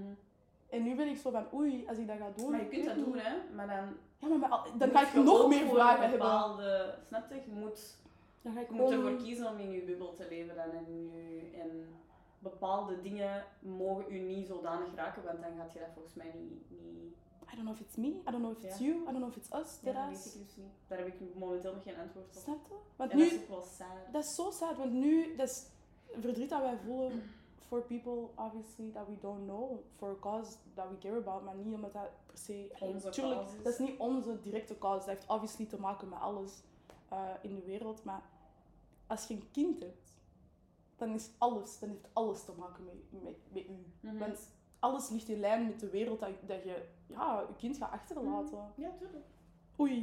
S1: En nu ben ik zo van, oei, als ik dat ga doen...
S3: Maar je kunt
S1: ik
S3: dat
S1: weet
S3: doen,
S1: niet.
S3: hè. Maar dan
S1: Ja, maar met al- dan
S3: moet
S1: ga ik
S3: je
S1: nog
S3: ook
S1: meer
S3: voor
S1: vragen
S3: een
S1: hebben.
S3: bepaalde, snap je? Je moet,
S1: Dan ga ik
S3: je moet
S1: gewoon...
S3: ervoor kiezen om in je bubbel te leven dan en, in je, en bepaalde dingen mogen u niet zodanig raken, want dan gaat je dat volgens mij niet... niet
S1: I don't know if it's me, I don't know if it's you, I don't know if it's us,
S3: ja,
S1: dit
S3: dat
S1: is.
S3: weet ik dus niet. Daar heb ik momenteel nog geen antwoord op.
S1: Snap je? Want
S3: en dat
S1: nu,
S3: is ook wel saai.
S1: dat is zo sad, want nu, dat is verdriet dat wij voelen for people, obviously, that we don't know, for a cause that we care about, maar niet omdat dat per se...
S3: Onze
S1: Tuurlijk,
S3: cause is.
S1: dat is niet onze directe cause, dat heeft obviously te maken met alles eh, in de wereld, maar als je een kind hebt, dan is alles, dan heeft alles te maken met, met, met u.
S3: Mhm.
S1: Want alles ligt in lijn met de wereld dat, dat je ja, je kind gaat achterlaten.
S3: Ja, tuurlijk.
S1: Oei.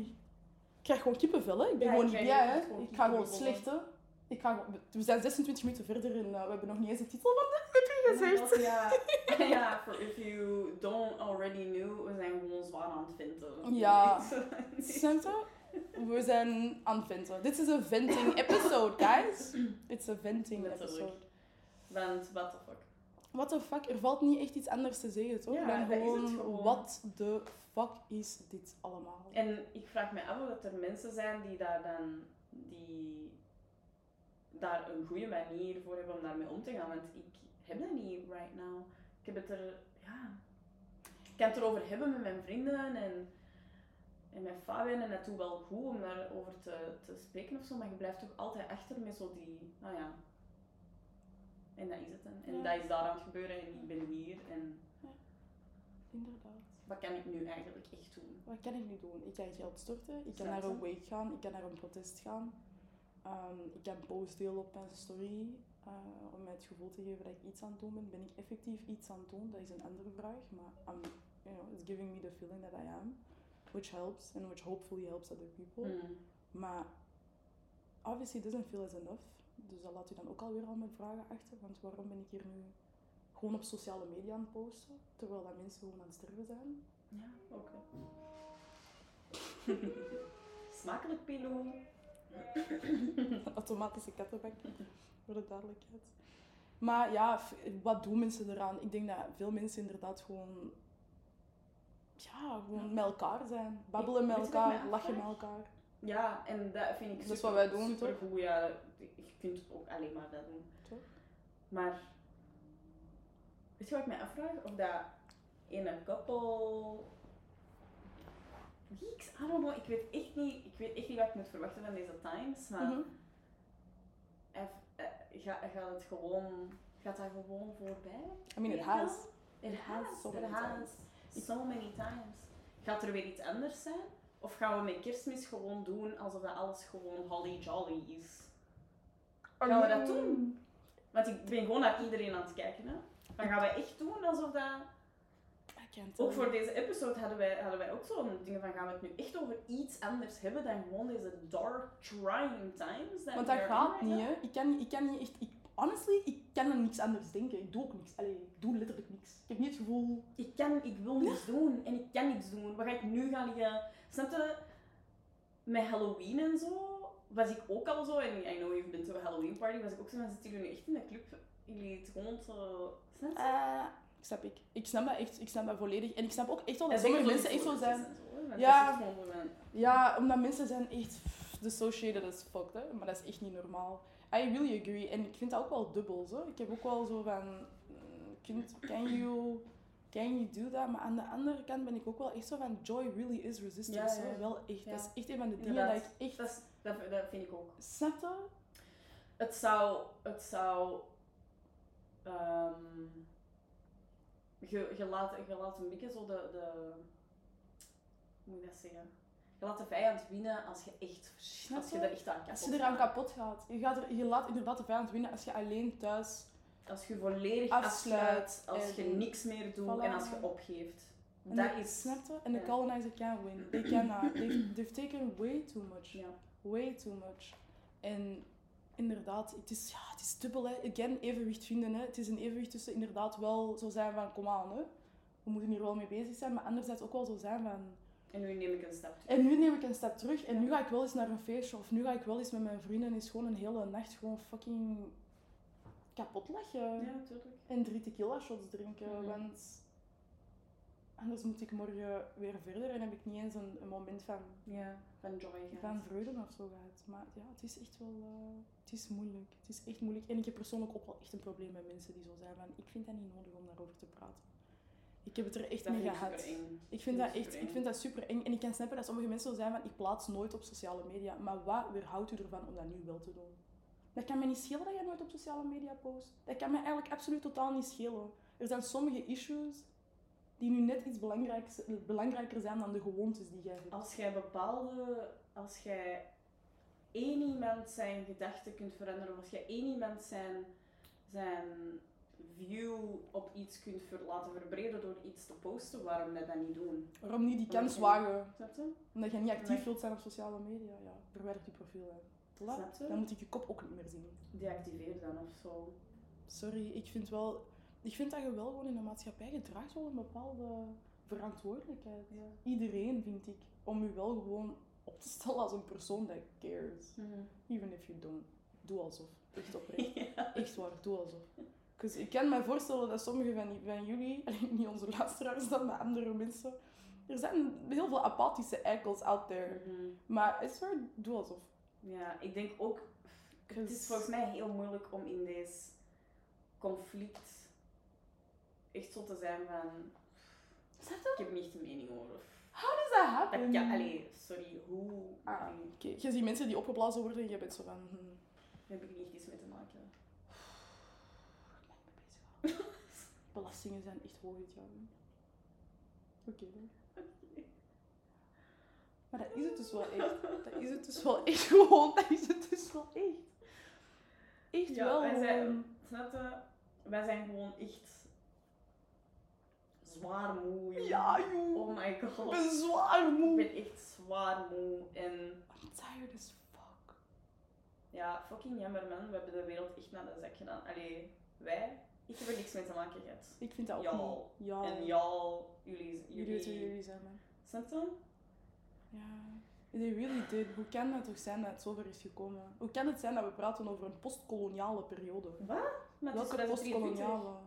S1: Ik krijg gewoon kippenvel, hè. Ik ben
S3: Ja,
S1: gewoon
S3: ik
S1: niet
S3: krijg
S1: blij, hè.
S3: ook echt gewoon
S1: Ik ga gewoon
S3: kippenvel.
S1: slechten. Ik ga gewoon... We zijn 26 minuten verder en eh, we hebben nog niet eens de titel van de
S3: Oh my
S1: gezegd.
S3: God, Ja, ja for if you don't already knew, we zijn gewoon zwaar aan het vinden.
S1: Ja.
S3: Nee.
S1: Snap je? We zijn aan het venten. Dit is een venting episode, guys. It's a venting
S3: Letterlijk.
S1: episode.
S3: Want, what the fuck.
S1: What the fuck? Er valt niet echt iets anders te zeggen, toch?
S3: Ja,
S1: Dan
S3: dat is
S1: gewoon,
S3: het gewoon.
S1: wat de fuck is dit allemaal?
S3: En ik vraag me af of dat er mensen zijn die daar dan die daar een goede manier voor hebben om daarmee om te gaan. Want ik heb dat niet right now. Ik heb het er, ja, ik kan het erover hebben met mijn vrienden en, en met Fabian en dat doet wel goed om daarover te, te spreken of zo, maar je blijft toch altijd achter met zo die, nou ja. En dat is het dan. En
S1: Ja.
S3: dat is daar aan het gebeuren en ik ben hier en
S1: Inderdaad.
S3: wat kan ik nu eigenlijk echt doen?
S1: Wat kan ik nu doen? Ik kan geld storten, ik kan
S3: Snap
S1: naar een
S3: je?
S1: wake gaan, ik kan naar een protest gaan. Ehm, ik kan post delen op mijn story eh, om mij het gevoel te geven dat ik iets aan het doen ben. Ben ik effectief iets aan het doen? Dat is een andere vraag, maar I'm, you know, it's giving me the feeling that I am. Which helps and which hopefully helps other people.
S3: Hmm.
S1: Maar obviously doesn't feel as enough. Dus dat laat u dan ook alweer al mijn vragen achter, want waarom ben ik hier nu gewoon op sociale media aan het posten, terwijl dat mensen gewoon aan het sterven zijn.
S3: Ja, ook wel. Smakelijk pilo.
S1: Automatische kattenbak voor de duidelijkheid. Maar ja, f- wat doen mensen eraan? Ik denk dat veel mensen inderdaad gewoon, ja, gewoon met elkaar zijn. Babbelen met
S3: Weet je wat ik
S1: elkaar,
S3: me
S1: lachen met
S3: afvraag?
S1: elkaar.
S3: Ja, en dat vind ik
S1: Dat is wat wij doen, toch?
S3: supergoed, ja. Je kunt het ook alleen maar dat doen.
S1: Toch?
S3: Maar, weet je wat ik mij afvraag? Of dat in een koppel... Weeks, I don't know. Ik weet, echt niet, ik weet echt niet wat ik moet verwachten van deze Times, maar
S1: Mhm.
S3: eff- eh, ga, gaat het gewoon... Gaat dat gewoon voorbij?
S1: I mean, it
S3: Ja.
S1: has.
S3: It has,
S1: so
S3: it
S1: many
S3: has.
S1: times.
S3: So many times. Gaat er weer iets anders zijn? Of gaan we met kerstmis gewoon doen alsof dat alles gewoon holly jolly is? Gaan we dat
S1: Um,
S3: doen? Want ik ben gewoon naar iedereen aan het kijken. Hè? Maar gaan we echt doen alsof dat...
S1: I can't tell
S3: Ook voor
S1: you.
S3: deze episode hadden wij, hadden wij ook zo'n ding van gaan we het nu echt over iets anders hebben dan gewoon deze dark trying
S1: Want
S3: times. we
S1: dat
S3: are
S1: gaat
S3: in
S1: niet,
S3: right
S1: hè. Ik kan, ik kan niet echt... Ik, honestly, ik kan aan niks anders denken. Ik doe ook niks. Allee, ik doe letterlijk niks. Ik heb niet het gevoel...
S3: now. Ik kan, ik wil niets doen en ik kan niets doen. Waar ga ik nu gaan liggen? Snap je? Met Halloween en zo was ik ook al zo, en I know you've been to a Halloween party, was ik ook zo van zitten jullie nu echt in de club? Jullie het gewoon zo... Snap
S1: Eh,
S3: je?
S1: Ik snap ik. Ik snap dat echt. Ik snap dat volledig. En ik snap ook echt wel
S3: En
S1: dat sommige
S3: zeker
S1: mensen echt zo
S3: die
S1: zijn.
S3: voorlichtjes en zo, hè, want
S1: Ja.
S3: dat is gewoon voor mijn-
S1: Ja, omdat mensen zijn echt pff, dissociated as fuck, hè. Maar dat is echt niet normaal. I really agree. En ik vind dat ook wel dubbel, zo. Ik heb ook wel zo van... mm, Kind, can you... Can you do that? Maar aan de andere kant ben ik ook wel echt zo van... Joy really is resistance,
S3: Ja, ja.
S1: zo. Wel echt.
S3: Ja.
S1: Dat is echt een van de dingen
S3: Inderdaad.
S1: dat ik echt...
S3: Dat, is- dat, dat vind ik ook.
S1: Snap je?
S3: Het zou. Het zou. ehm, je, je, laat, je laat een beetje zo de, de. Hoe moet ik dat zeggen? Je laat de vijand winnen als je echt.
S1: Snap
S3: Als je
S1: je?
S3: er echt aan kapot
S1: Als je eraan
S3: gaat.
S1: kapot gaat. Je, gaat er, je laat inderdaad de vijand winnen als je alleen thuis...
S3: Als je volledig
S1: Afsluit
S3: afsluit. Als je
S1: en-
S3: niks meer doet
S1: Voilà.
S3: en als je opgeeft.
S1: En
S3: Dat
S1: de-
S3: is.
S1: Snap je? En de
S3: ja.
S1: colonizer can win. They cannot. They've, they've taken way too much.
S3: Ja.
S1: Way too much. En inderdaad, het is, ja, het is dubbel. Hè. Again, evenwicht vinden. Hè. Het is een evenwicht tussen inderdaad wel zo zijn van... Kom aan, hè. We moeten hier wel mee bezig zijn. Maar anderzijds ook wel zo zijn van...
S3: En nu neem ik een stap terug.
S1: En nu neem ik een stap terug en nu ga ik wel eens naar een feestje of nu ga ik wel eens met mijn vrienden eens gewoon een hele nacht gewoon fucking kapot lachen.
S3: Ja, natuurlijk.
S1: En drie tequila shots drinken,
S3: Mhm.
S1: want anders moet ik morgen weer verder en heb ik niet eens een, een moment van,
S3: Ja, van joy. gehad.
S1: van vreugde of zo gehad. Maar ja, het is echt wel, eh, het is moeilijk. Het is echt moeilijk. En ik heb persoonlijk ook wel echt een probleem met mensen die zo zijn van, ik vind dat niet nodig om daarover te praten. Ik heb het er echt
S3: Dat
S1: mee
S3: vind ik
S1: gehad.
S3: supereng.
S1: Ik vind
S3: Dat
S1: dat
S3: is
S1: echt,
S3: supereng.
S1: ik vind dat super eng. En ik kan snappen dat sommige mensen zo zijn van, ik plaats nooit op sociale media. Maar wat weerhoudt u ervan om dat nu wel te doen? Dat kan mij niet schelen dat jij nooit op sociale media post. Dat kan mij eigenlijk absoluut totaal niet schelen. Er zijn sommige issues die nu net iets belangrijks- belangrijker zijn dan de gewoontes die jij hebt.
S3: Als jij bepaalde, als jij één iemand zijn gedachten kunt veranderen, of als jij één iemand zijn, zijn view op iets kunt ver, laten verbreden door iets te posten, waarom dat dan niet doen?
S1: Waarom niet die
S3: Omdat
S1: kans
S3: je-
S1: wagen?
S3: Snap je?
S1: Omdat je niet actief
S3: Omdat-
S1: wilt zijn op sociale media. Ja, verwerk je profiel uit. Voilà.
S3: Snap je?
S1: Dan moet ik je kop ook niet meer zien.
S3: Deactiveer dan of zo.
S1: sorry, ik vind wel... Ik vind dat je wel gewoon in de maatschappij gedraagt wel een bepaalde verantwoordelijkheid. Iedereen, vind ik, om je wel gewoon op te stellen als een persoon that cares. Even if you don't. Doe alsof. Echt oprecht.
S3: Ja.
S1: Echt waar, doe alsof. Dus ik kan me voorstellen dat sommige van, van jullie, alleen niet onze luisteraars dan, maar andere mensen, er zijn heel veel apathische eikels out there.
S3: Mhm.
S1: Maar is waar, doe alsof.
S3: Ja, ik denk ook, het is volgens mij heel moeilijk om in deze conflict echt zo te zijn van,
S1: Snap
S3: ik heb niet echt een mening over. of
S1: How does that
S3: Dat
S1: happen?
S3: kan, allee, sorry, hoe?
S1: Ah.
S3: allee,
S1: Oké, je ziet mensen die opgeblazen worden en je bent zo van... hmm,
S3: daar heb ik niet iets mee te maken.
S1: Belastingen zijn echt hoog dit jaar. hè. Oké dan. Maar dat is het dus wel echt. Dat is het dus wel echt gewoon. Dat is het dus wel echt. Echt
S3: Ja,
S1: wel.
S3: wij zijn-
S1: gewoon.
S3: Snap je? Wij zijn gewoon echt zwaar moe. jongen.
S1: Ja joh.
S3: Oh my
S1: Ik
S3: god.
S1: ben zwaar
S3: Ik
S1: moe.
S3: ben echt zwaar moe. En
S1: I'm tired as fuck.
S3: ja, fucking jammer man. We hebben de wereld echt naar de zak gedaan. Allee, wij, Ik heb er niks mee te maken gehad.
S1: Ik vind dat ook
S3: Y'all.
S1: niet. Ja.
S3: En y'all, jullie,
S1: Jullie weten wie
S3: jullie...
S1: jullie zijn, man.
S3: Snap je dan?
S1: Ja. They really did. Hoe kan het toch zijn dat het zover is gekomen? Hoe kan het zijn dat we praten over een postkoloniale periode?
S3: Maar het is
S1: Welke
S3: 2023.
S1: postkoloniale?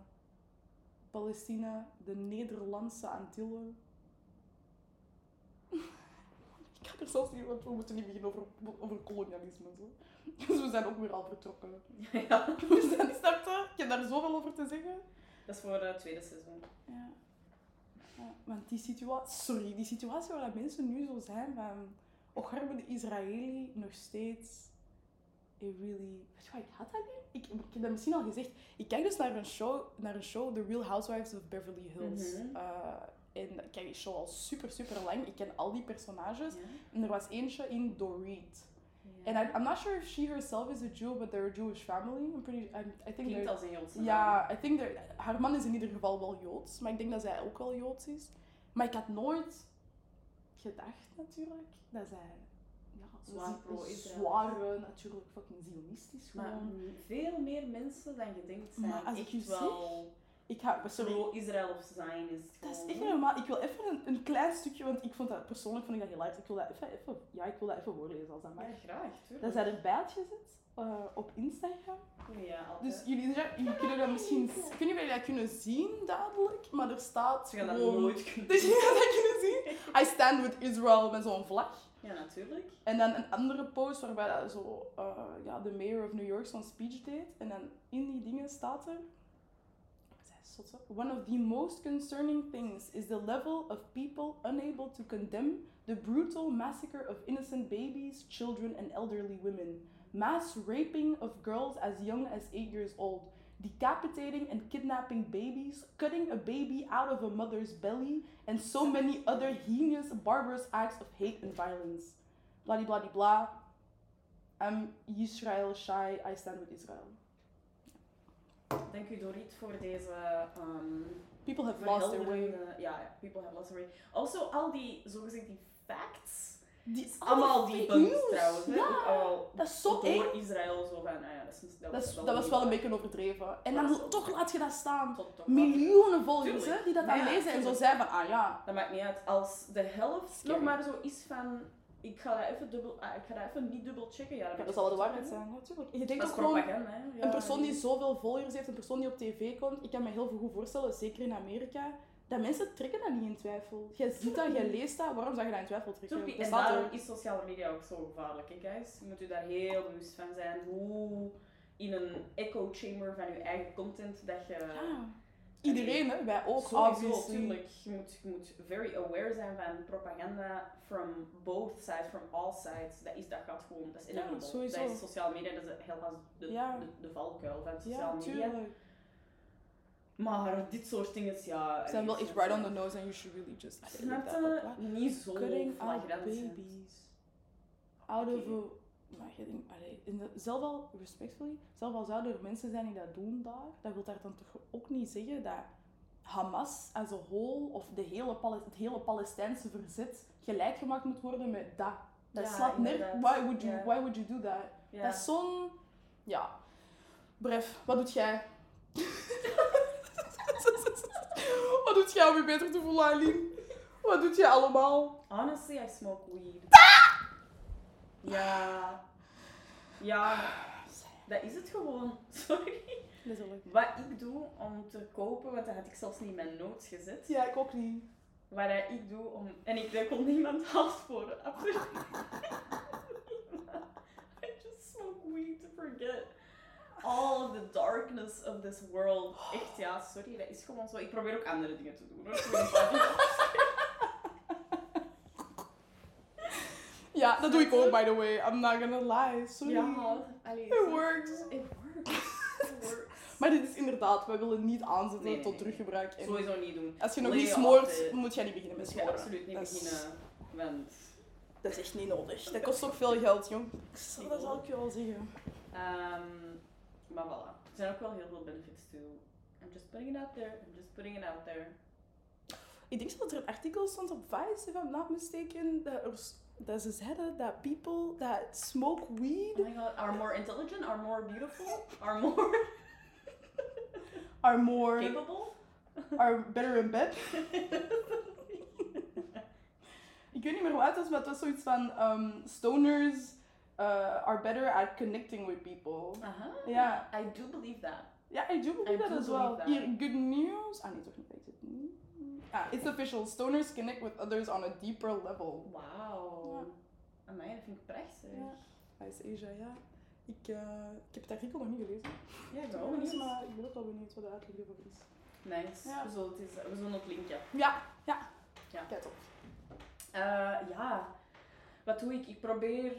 S1: Palestina, de Nederlandse Antillen. Ik kan er zelfs niet, want we moeten niet beginnen over, over kolonialisme. en Zo. Dus we zijn ook weer al vertrokken.
S3: ja,
S1: We zijn, snap je? Ik heb daar zoveel over te zeggen.
S3: dat is voor eh, het tweede seizoen.
S1: Ja. Ja, want die situatie, sorry, die situatie waar dat mensen nu zo zijn van, och, daar hebben de Israëli nog steeds, it really, weet je wat, ik had dat niet? Ik, ik heb dat misschien al gezegd. Ik kijk dus naar een show, naar een show The Real Housewives of Beverly Hills.
S3: Mhm.
S1: Eh, en ik kijk die show al super, super lang. Ik ken al die personages.
S3: Ja.
S1: En er was eentje in Dorit. En I- I'm not sure if she herself is a Jew, but they're a Jewish family. I'm pretty, I, I think they're-
S3: Klinkt als een Joodse naam.
S1: ja, ik denk dat haar man is in ieder geval wel Joods, maar ik denk dat zij ook wel Joods is. Maar ik had nooit gedacht natuurlijk dat zij ja,
S3: Zwaar
S1: een- een
S3: pro-Israël.
S1: zware, natuurlijk fucking zionistisch
S3: Maar
S1: gewoon.
S3: veel meer mensen dan je denkt zijn
S1: Maar als ik
S3: echt
S1: je zeg-
S3: wel
S1: ik ga, sorry,
S3: pro-Israël of Zionist.
S1: dat is
S3: gewoon.
S1: echt niet normaal. Ik wil even een, een klein stukje, want ik vond dat persoonlijk vond ik dat heel leuk. Ik wil dat even, even, ja, ik wil dat even voorlezen als dat mag.
S3: Ja, graag, tuurlijk.
S1: Dat zij erbij had gezet eh, op Instagram.
S3: Ja, altijd.
S1: Dus jullie, jullie kunnen dat misschien, ik weet niet of jullie dat kunnen zien dadelijk, maar er staat
S3: Ze gaan dat
S1: gewoon-
S3: nooit kunnen
S1: Dus je gaat dat kunnen zien. I stand with Israel met zo'n vlag.
S3: Ja, natuurlijk.
S1: En dan een andere post waarbij dat zo, eh, ja, de mayor of New York zo'n speech deed. En dan in die dingen staat er... Zij is zot, hè. One of the most concerning things is the level of people unable to condemn the brutal massacre of innocent babies, children and elderly women. Mass raping of girls as young as 8 years old. Decapitating and kidnapping babies, cutting a baby out of a mother's belly, and so many other heinous, barbarous acts of hate and violence. Bladdy bladdy bla. I'm Israel shy, I stand with Israel.
S3: Dank u Dorit voor deze ehm,
S1: People have lost their way.
S3: verhelderende- Ja, ja, people have lost their way. Also, al die, zogezegd, die facts.
S1: Die,
S3: Allemaal
S1: fake
S3: die
S1: news.
S3: punt trouwens. hè.
S1: Ja,
S3: Ook al
S1: dat is zo eng.
S3: Door Israël zo van, nou ja, dat is, dat
S1: Dat, is-
S3: was wel,
S1: dat was wel een
S3: niet-
S1: beetje overdreven. En
S3: Dat is
S1: dan
S3: wel-
S1: toch laat je dat staan.
S3: Tot, tot,
S1: Miljoenen volgers
S3: Tuurlijk.
S1: hè, die dat
S3: Ja,
S1: aan lezen en zo
S3: tuurlijk.
S1: zijn van, ah ja.
S3: Dat maakt niet uit. Als de helft
S1: Scary.
S3: nog maar zo is van, ik ga dat even, dubbel, ah, ik ga dat even niet dubbel checken. Ja,
S1: ja, dat zal wel de waarheid zijn, natuurlijk. Je denkt
S3: Dat
S1: ook
S3: is
S1: gewoon,
S3: propaganda. hè. Ja,
S1: een persoon die
S3: nee.
S1: zoveel volgers heeft, een persoon die op tv komt, ik kan me heel veel goed voorstellen, zeker in Amerika, dat mensen trekken dat niet in twijfel. Jij ziet dat, jij leest dat, waarom zou je dat in twijfel trekken?
S3: Tuurlijk,
S1: Dat
S3: en
S1: staat er.
S3: daarom is sociale media ook zo gevaarlijk, hè, guys. Je moet je daar heel bewust van zijn hoe in een echo chamber van je eigen content dat je...
S1: Ja. Iedereen, hè? wij ook,
S3: Sowieso,
S1: obviously.
S3: tuurlijk. Je moet, je moet very aware zijn van propaganda from both sides, from all sides. Dat, is, dat gaat gewoon, dat is
S1: Ja,
S3: inevitable.
S1: sowieso.
S3: Dat is sociale media, dat is helemaal de,
S1: Ja.
S3: de, de valkuil van
S1: Ja,
S3: sociale media.
S1: tuurlijk.
S3: Maar dit soort dingen, ja...
S1: Ze zijn wel
S3: ik
S1: echt
S3: snap
S1: right on
S3: dat.
S1: the nose and you should really just... I think
S3: Snap
S1: that
S3: je?
S1: up, hè.
S3: eh, Niet zo
S1: Cutting out
S3: flagrant. hè.
S1: babies. Out of a... Maar je denkt, allee, in de- zelf al, respectfully, zelf al zouden er mensen zijn die dat doen daar, dat wil daar dan toch ook niet zeggen dat Hamas as a whole of de hele Pales- het hele Palestijnse verzet gelijk gemaakt moet worden met dat. Dat
S3: Ja,
S1: slaat nergens...
S3: inderdaad.
S1: Why, would you-
S3: Ja.
S1: why would you do that?
S3: Ja.
S1: Dat is zo'n... Ja. Bref, wat doet jij? wat doet jij om je beter te voelen, Aline? Wat doet jij allemaal?
S3: Honestly, I smoke weed.
S1: Ah!
S3: Ja. Ja, dat is het gewoon. Sorry.
S1: Letterlijk.
S3: Wat ik doe om te kopen, want dat had ik zelfs niet in mijn notes gezet.
S1: Ja, ik ook niet.
S3: Wat dat ik doe om... En ik, daar komt niemand haast voor. Absoluut. I just smoke weed to forget all of the darkness of this world. Echt ja, sorry. Dat is gewoon zo. Ik probeer ook andere dingen te doen. Hoor. Ik
S1: Ja, dat doe ik ook, by the way. I'm not gonna lie. Sorry.
S3: Ja, allee,
S1: It
S3: zo-
S1: works.
S3: It works. It works.
S1: Maar dit is inderdaad, wij willen niet aanzetten
S3: Nee, nee,
S1: tot
S3: nee.
S1: teruggebruik. En
S3: Sowieso niet doen.
S1: als je nog
S3: Lay
S1: niet
S3: off
S1: smoort,
S3: the-
S1: moet jij niet beginnen met
S3: Dus je
S1: smoren.
S3: absoluut niet
S1: Dat is-
S3: beginnen. Want
S1: Dat is echt niet nodig. Dat kost ook veel geld, jong. Dat zal ik je wel zeggen.
S3: ehm, maar voilà. Er zijn ook wel heel veel benefits to. I'm just putting it out there. I'm just putting it out there.
S1: Ik denk dat er een artikel stond op Vice, if I'm not mistaken, dat, er s- dat ze zeiden dat people that smoke weed
S3: Oh my god, are more intelligent, are more beautiful, are more.
S1: are more,
S3: Capable?
S1: are better in bed. Ik weet niet meer hoe het was, maar het was zoiets van ehm, stoners eh, are better at connecting with people.
S3: Aha.
S1: Ja.
S3: I do believe that.
S1: Ja, I do believe
S3: I
S1: that
S3: do
S1: as well.
S3: believe that.
S1: Hier, good news. Ah, nee, toch niet. Ik zit niet. Ah, it's official. Stoners connect with others on a deeper level.
S3: Wauw. Amai, dat vind ik prachtig.
S1: Ja. Hij is Asia, ja. Ik, eh, ik heb het artikel nog niet gelezen.
S3: Ja, ik
S1: Ik ben
S3: ben
S1: wel
S3: ook
S1: benieuwd,
S3: niet.
S1: maar ik ben ook wel benieuwd wat de uitleg hiervan is.
S3: Nice.
S1: Ja.
S3: We, zullen het eens, we zullen het linken.
S1: Ja, ja.
S3: Ja.
S1: Kijk op.
S3: Eh, ja, wat doe ik? Ik probeer.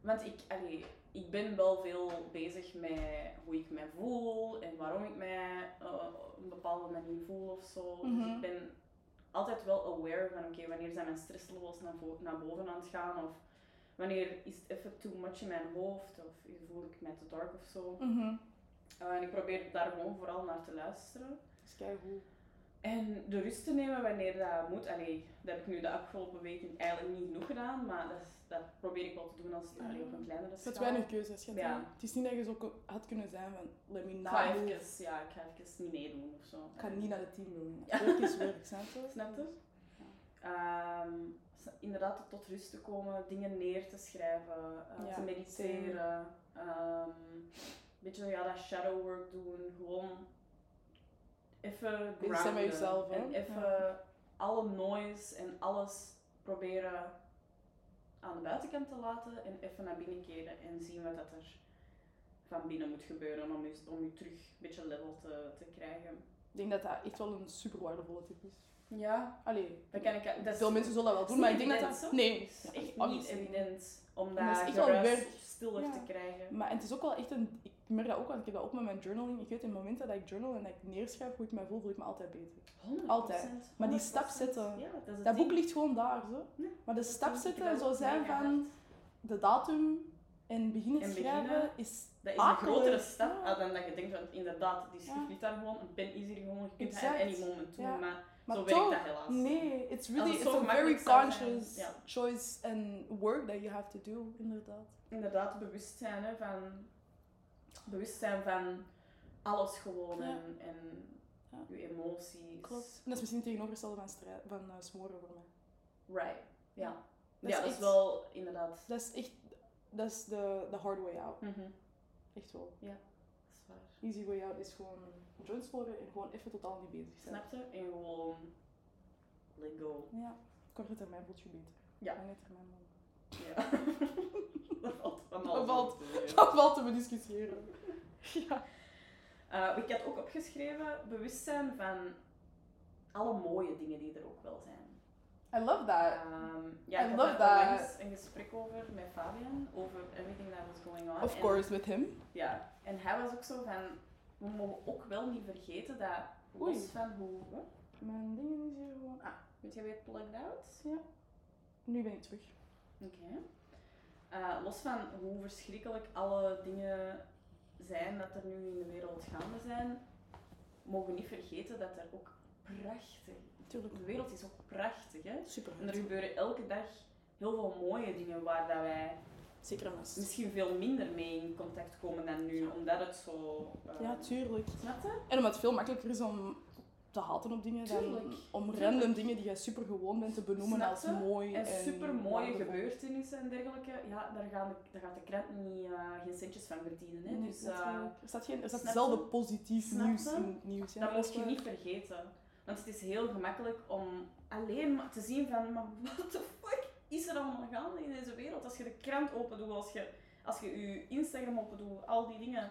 S3: Want ik, allee, ik ben wel veel bezig met hoe ik me voel en waarom ik mij eh, op een bepaalde manier voel of zo.
S1: Mhm.
S3: Dus ik ben altijd wel aware van oké, wanneer zijn mijn stresslevels naar, vo- naar boven aan het gaan of wanneer is het even too much in mijn hoofd of voel ik mij te dark of zo.
S1: Mhm.
S3: Eh, en ik probeer daar gewoon vooral naar te luisteren.
S1: Dat is keigoed.
S3: En de rust te nemen wanneer dat moet. Allee, dat heb ik nu de afgelopen weken eigenlijk niet genoeg gedaan, maar dat, is- dat probeer ik wel te doen als allee, op een kleinere
S1: Je
S3: schaal.
S1: hebt Mm. weinig keuzes. Je hebt
S3: Ja.
S1: weinig- Het is niet dat je zo ko- had kunnen zijn van, let me
S3: Ik ga
S1: not move.
S3: even, ja, ik ga even niet meedoen of zo.
S1: Ik ga niet naar de team doen.
S3: Ja.
S1: Werk is werk, snap je?
S3: Snap je? Ehm, s- inderdaad tot rust te komen, dingen neer te schrijven, eh,
S1: Ja,
S3: te mediteren. ehm, een beetje ja, dat shadow work doen, gewoon even
S1: Bezig zijn met
S3: grounden.
S1: jezelf, hè?
S3: En even alle noise en alles proberen aan de buitenkant te laten en even naar binnen keren en zien wat dat er van binnen moet gebeuren om je, om je terug een beetje level te, te krijgen.
S1: Ik denk dat dat echt wel een super waardevolle tip is.
S3: Ja,
S1: Allee,
S3: dat kan ik... Dat is-
S1: veel mensen zullen dat wel
S3: is
S1: doen, maar ik
S3: niet
S1: denk dat dat...
S3: evident, zo.
S1: Nee.
S3: is
S1: Ja,
S3: echt niet
S1: obviously.
S3: evident om
S1: Maar het
S3: dat
S1: is echt wel
S3: geruis
S1: werk.
S3: stiller
S1: Ja.
S3: te krijgen.
S1: Maar en het is ook wel echt een... Ik merk dat ook, want ik heb dat ook met mijn journaling. Ik weet, in momenten dat ik journal en dat ik neerschrijf hoe ik me voel, voel ik me altijd beter.
S3: 100%,
S1: Altijd. Maar die stap
S3: 100%.
S1: zetten.
S3: Ja, dat is het
S1: Dat boek
S3: ding.
S1: ligt gewoon daar, zo.
S3: Ja.
S1: Maar de
S3: Dat
S1: stap
S3: vind ik
S1: zetten
S3: wel
S1: zou zijn
S3: mega
S1: van de datum en beginnen
S3: En
S1: schrijven
S3: beginnen.
S1: is...
S3: Dat is een
S1: akelig.
S3: grotere stap
S1: Ja.
S3: ah, dan dat je denkt, want inderdaad, die schrift
S1: Ja.
S3: ligt daar gewoon, een pen is hier gewoon, je kunt dat
S1: Exact.
S3: at any moment doen,
S1: Ja.
S3: maar,
S1: Maar
S3: zo
S1: toch,
S3: werkt dat helaas.
S1: nee. It's
S3: Als
S1: really
S3: het
S1: it's
S3: zo
S1: a very
S3: gemakkelijk zou zijn,
S1: conscious
S3: ja.
S1: choice and work that you have to do, inderdaad.
S3: Inderdaad, bewustzijn hè, van, bewustzijn van alles gewoon
S1: Ja.
S3: en, en
S1: Ja.
S3: je emoties.
S1: Klopt. En dat is misschien het tegenovergestelde van, strij- van eh, smoren voor mij.
S3: Right. Ja,
S1: Dat is
S3: ja dat is
S1: echt-
S3: wel inderdaad.
S1: Dat is echt... Dat is de, de hard way out.
S3: Mhm.
S1: Echt wel.
S3: Dat is waar.
S1: Easy way out is gewoon joints smoren en gewoon even totaal niet bezig zijn.
S3: Snap je? En gewoon let go.
S1: Ja. Korte termijn voelt je beter.
S3: Ja.
S1: Lange termijn dan.
S3: Ja. dat valt van alles
S1: Dat valt-
S3: op te zeggen.
S1: Dat valt te bediscussiëren. ja.
S3: Eh, ik had ook opgeschreven bewustzijn van alle mooie dingen die er ook wel zijn.
S1: I love that.
S3: Ehm, ja, ik
S1: I
S3: had
S1: love
S3: daar
S1: that.
S3: onlangs een gesprek over met Fabian, over everything that was going on.
S1: Of
S3: En-
S1: course, with him.
S3: Ja, en hij was ook zo van, we mogen ook wel niet vergeten dat,
S1: Oei.
S3: los van hoe... Wat?
S1: Mijn dingen is hier gewoon... Ah,
S3: Bent jij weer plugged out?
S1: nu ben ik terug.
S3: Oké. Eh, los van hoe verschrikkelijk alle dingen zijn dat er nu in de wereld gaande zijn, mogen we niet vergeten dat er ook prachtig...
S1: Tuurlijk.
S3: De wereld is ook prachtig, hè?
S1: Super
S3: En er gebeuren elke dag heel veel mooie dingen waar dat wij
S1: Zeker aan ons.
S3: misschien veel minder mee in contact komen dan nu, omdat het zo... eh,
S1: Ja, tuurlijk.
S3: Snap je?
S1: En omdat het veel makkelijker is om te haten op dingen dan
S3: Tuurlijk.
S1: om
S3: Tuurlijk.
S1: random dingen die jij super gewoon bent te benoemen
S3: Snap
S1: als
S3: je?
S1: mooi.
S3: En supermooie
S1: waardevol.
S3: gebeurtenissen en dergelijke, ja, daar, gaan de, daar gaat de krant niet, eh, geen centjes van verdienen, hè?
S1: Nee,
S3: dus... eh,
S1: natuurlijk. Mm, er staat, geen, er staat
S3: snap je?
S1: zelden positief
S3: Snap
S1: nieuws
S3: je?
S1: in het nieuws. Ja.
S3: Dat
S1: is
S3: moet je
S1: waar.
S3: niet vergeten. Want het is heel gemakkelijk om alleen maar te zien van, maar what the fuck is er allemaal gaande in deze wereld? Als je de krant open doet, als je als je, je Instagram open doet, al die dingen.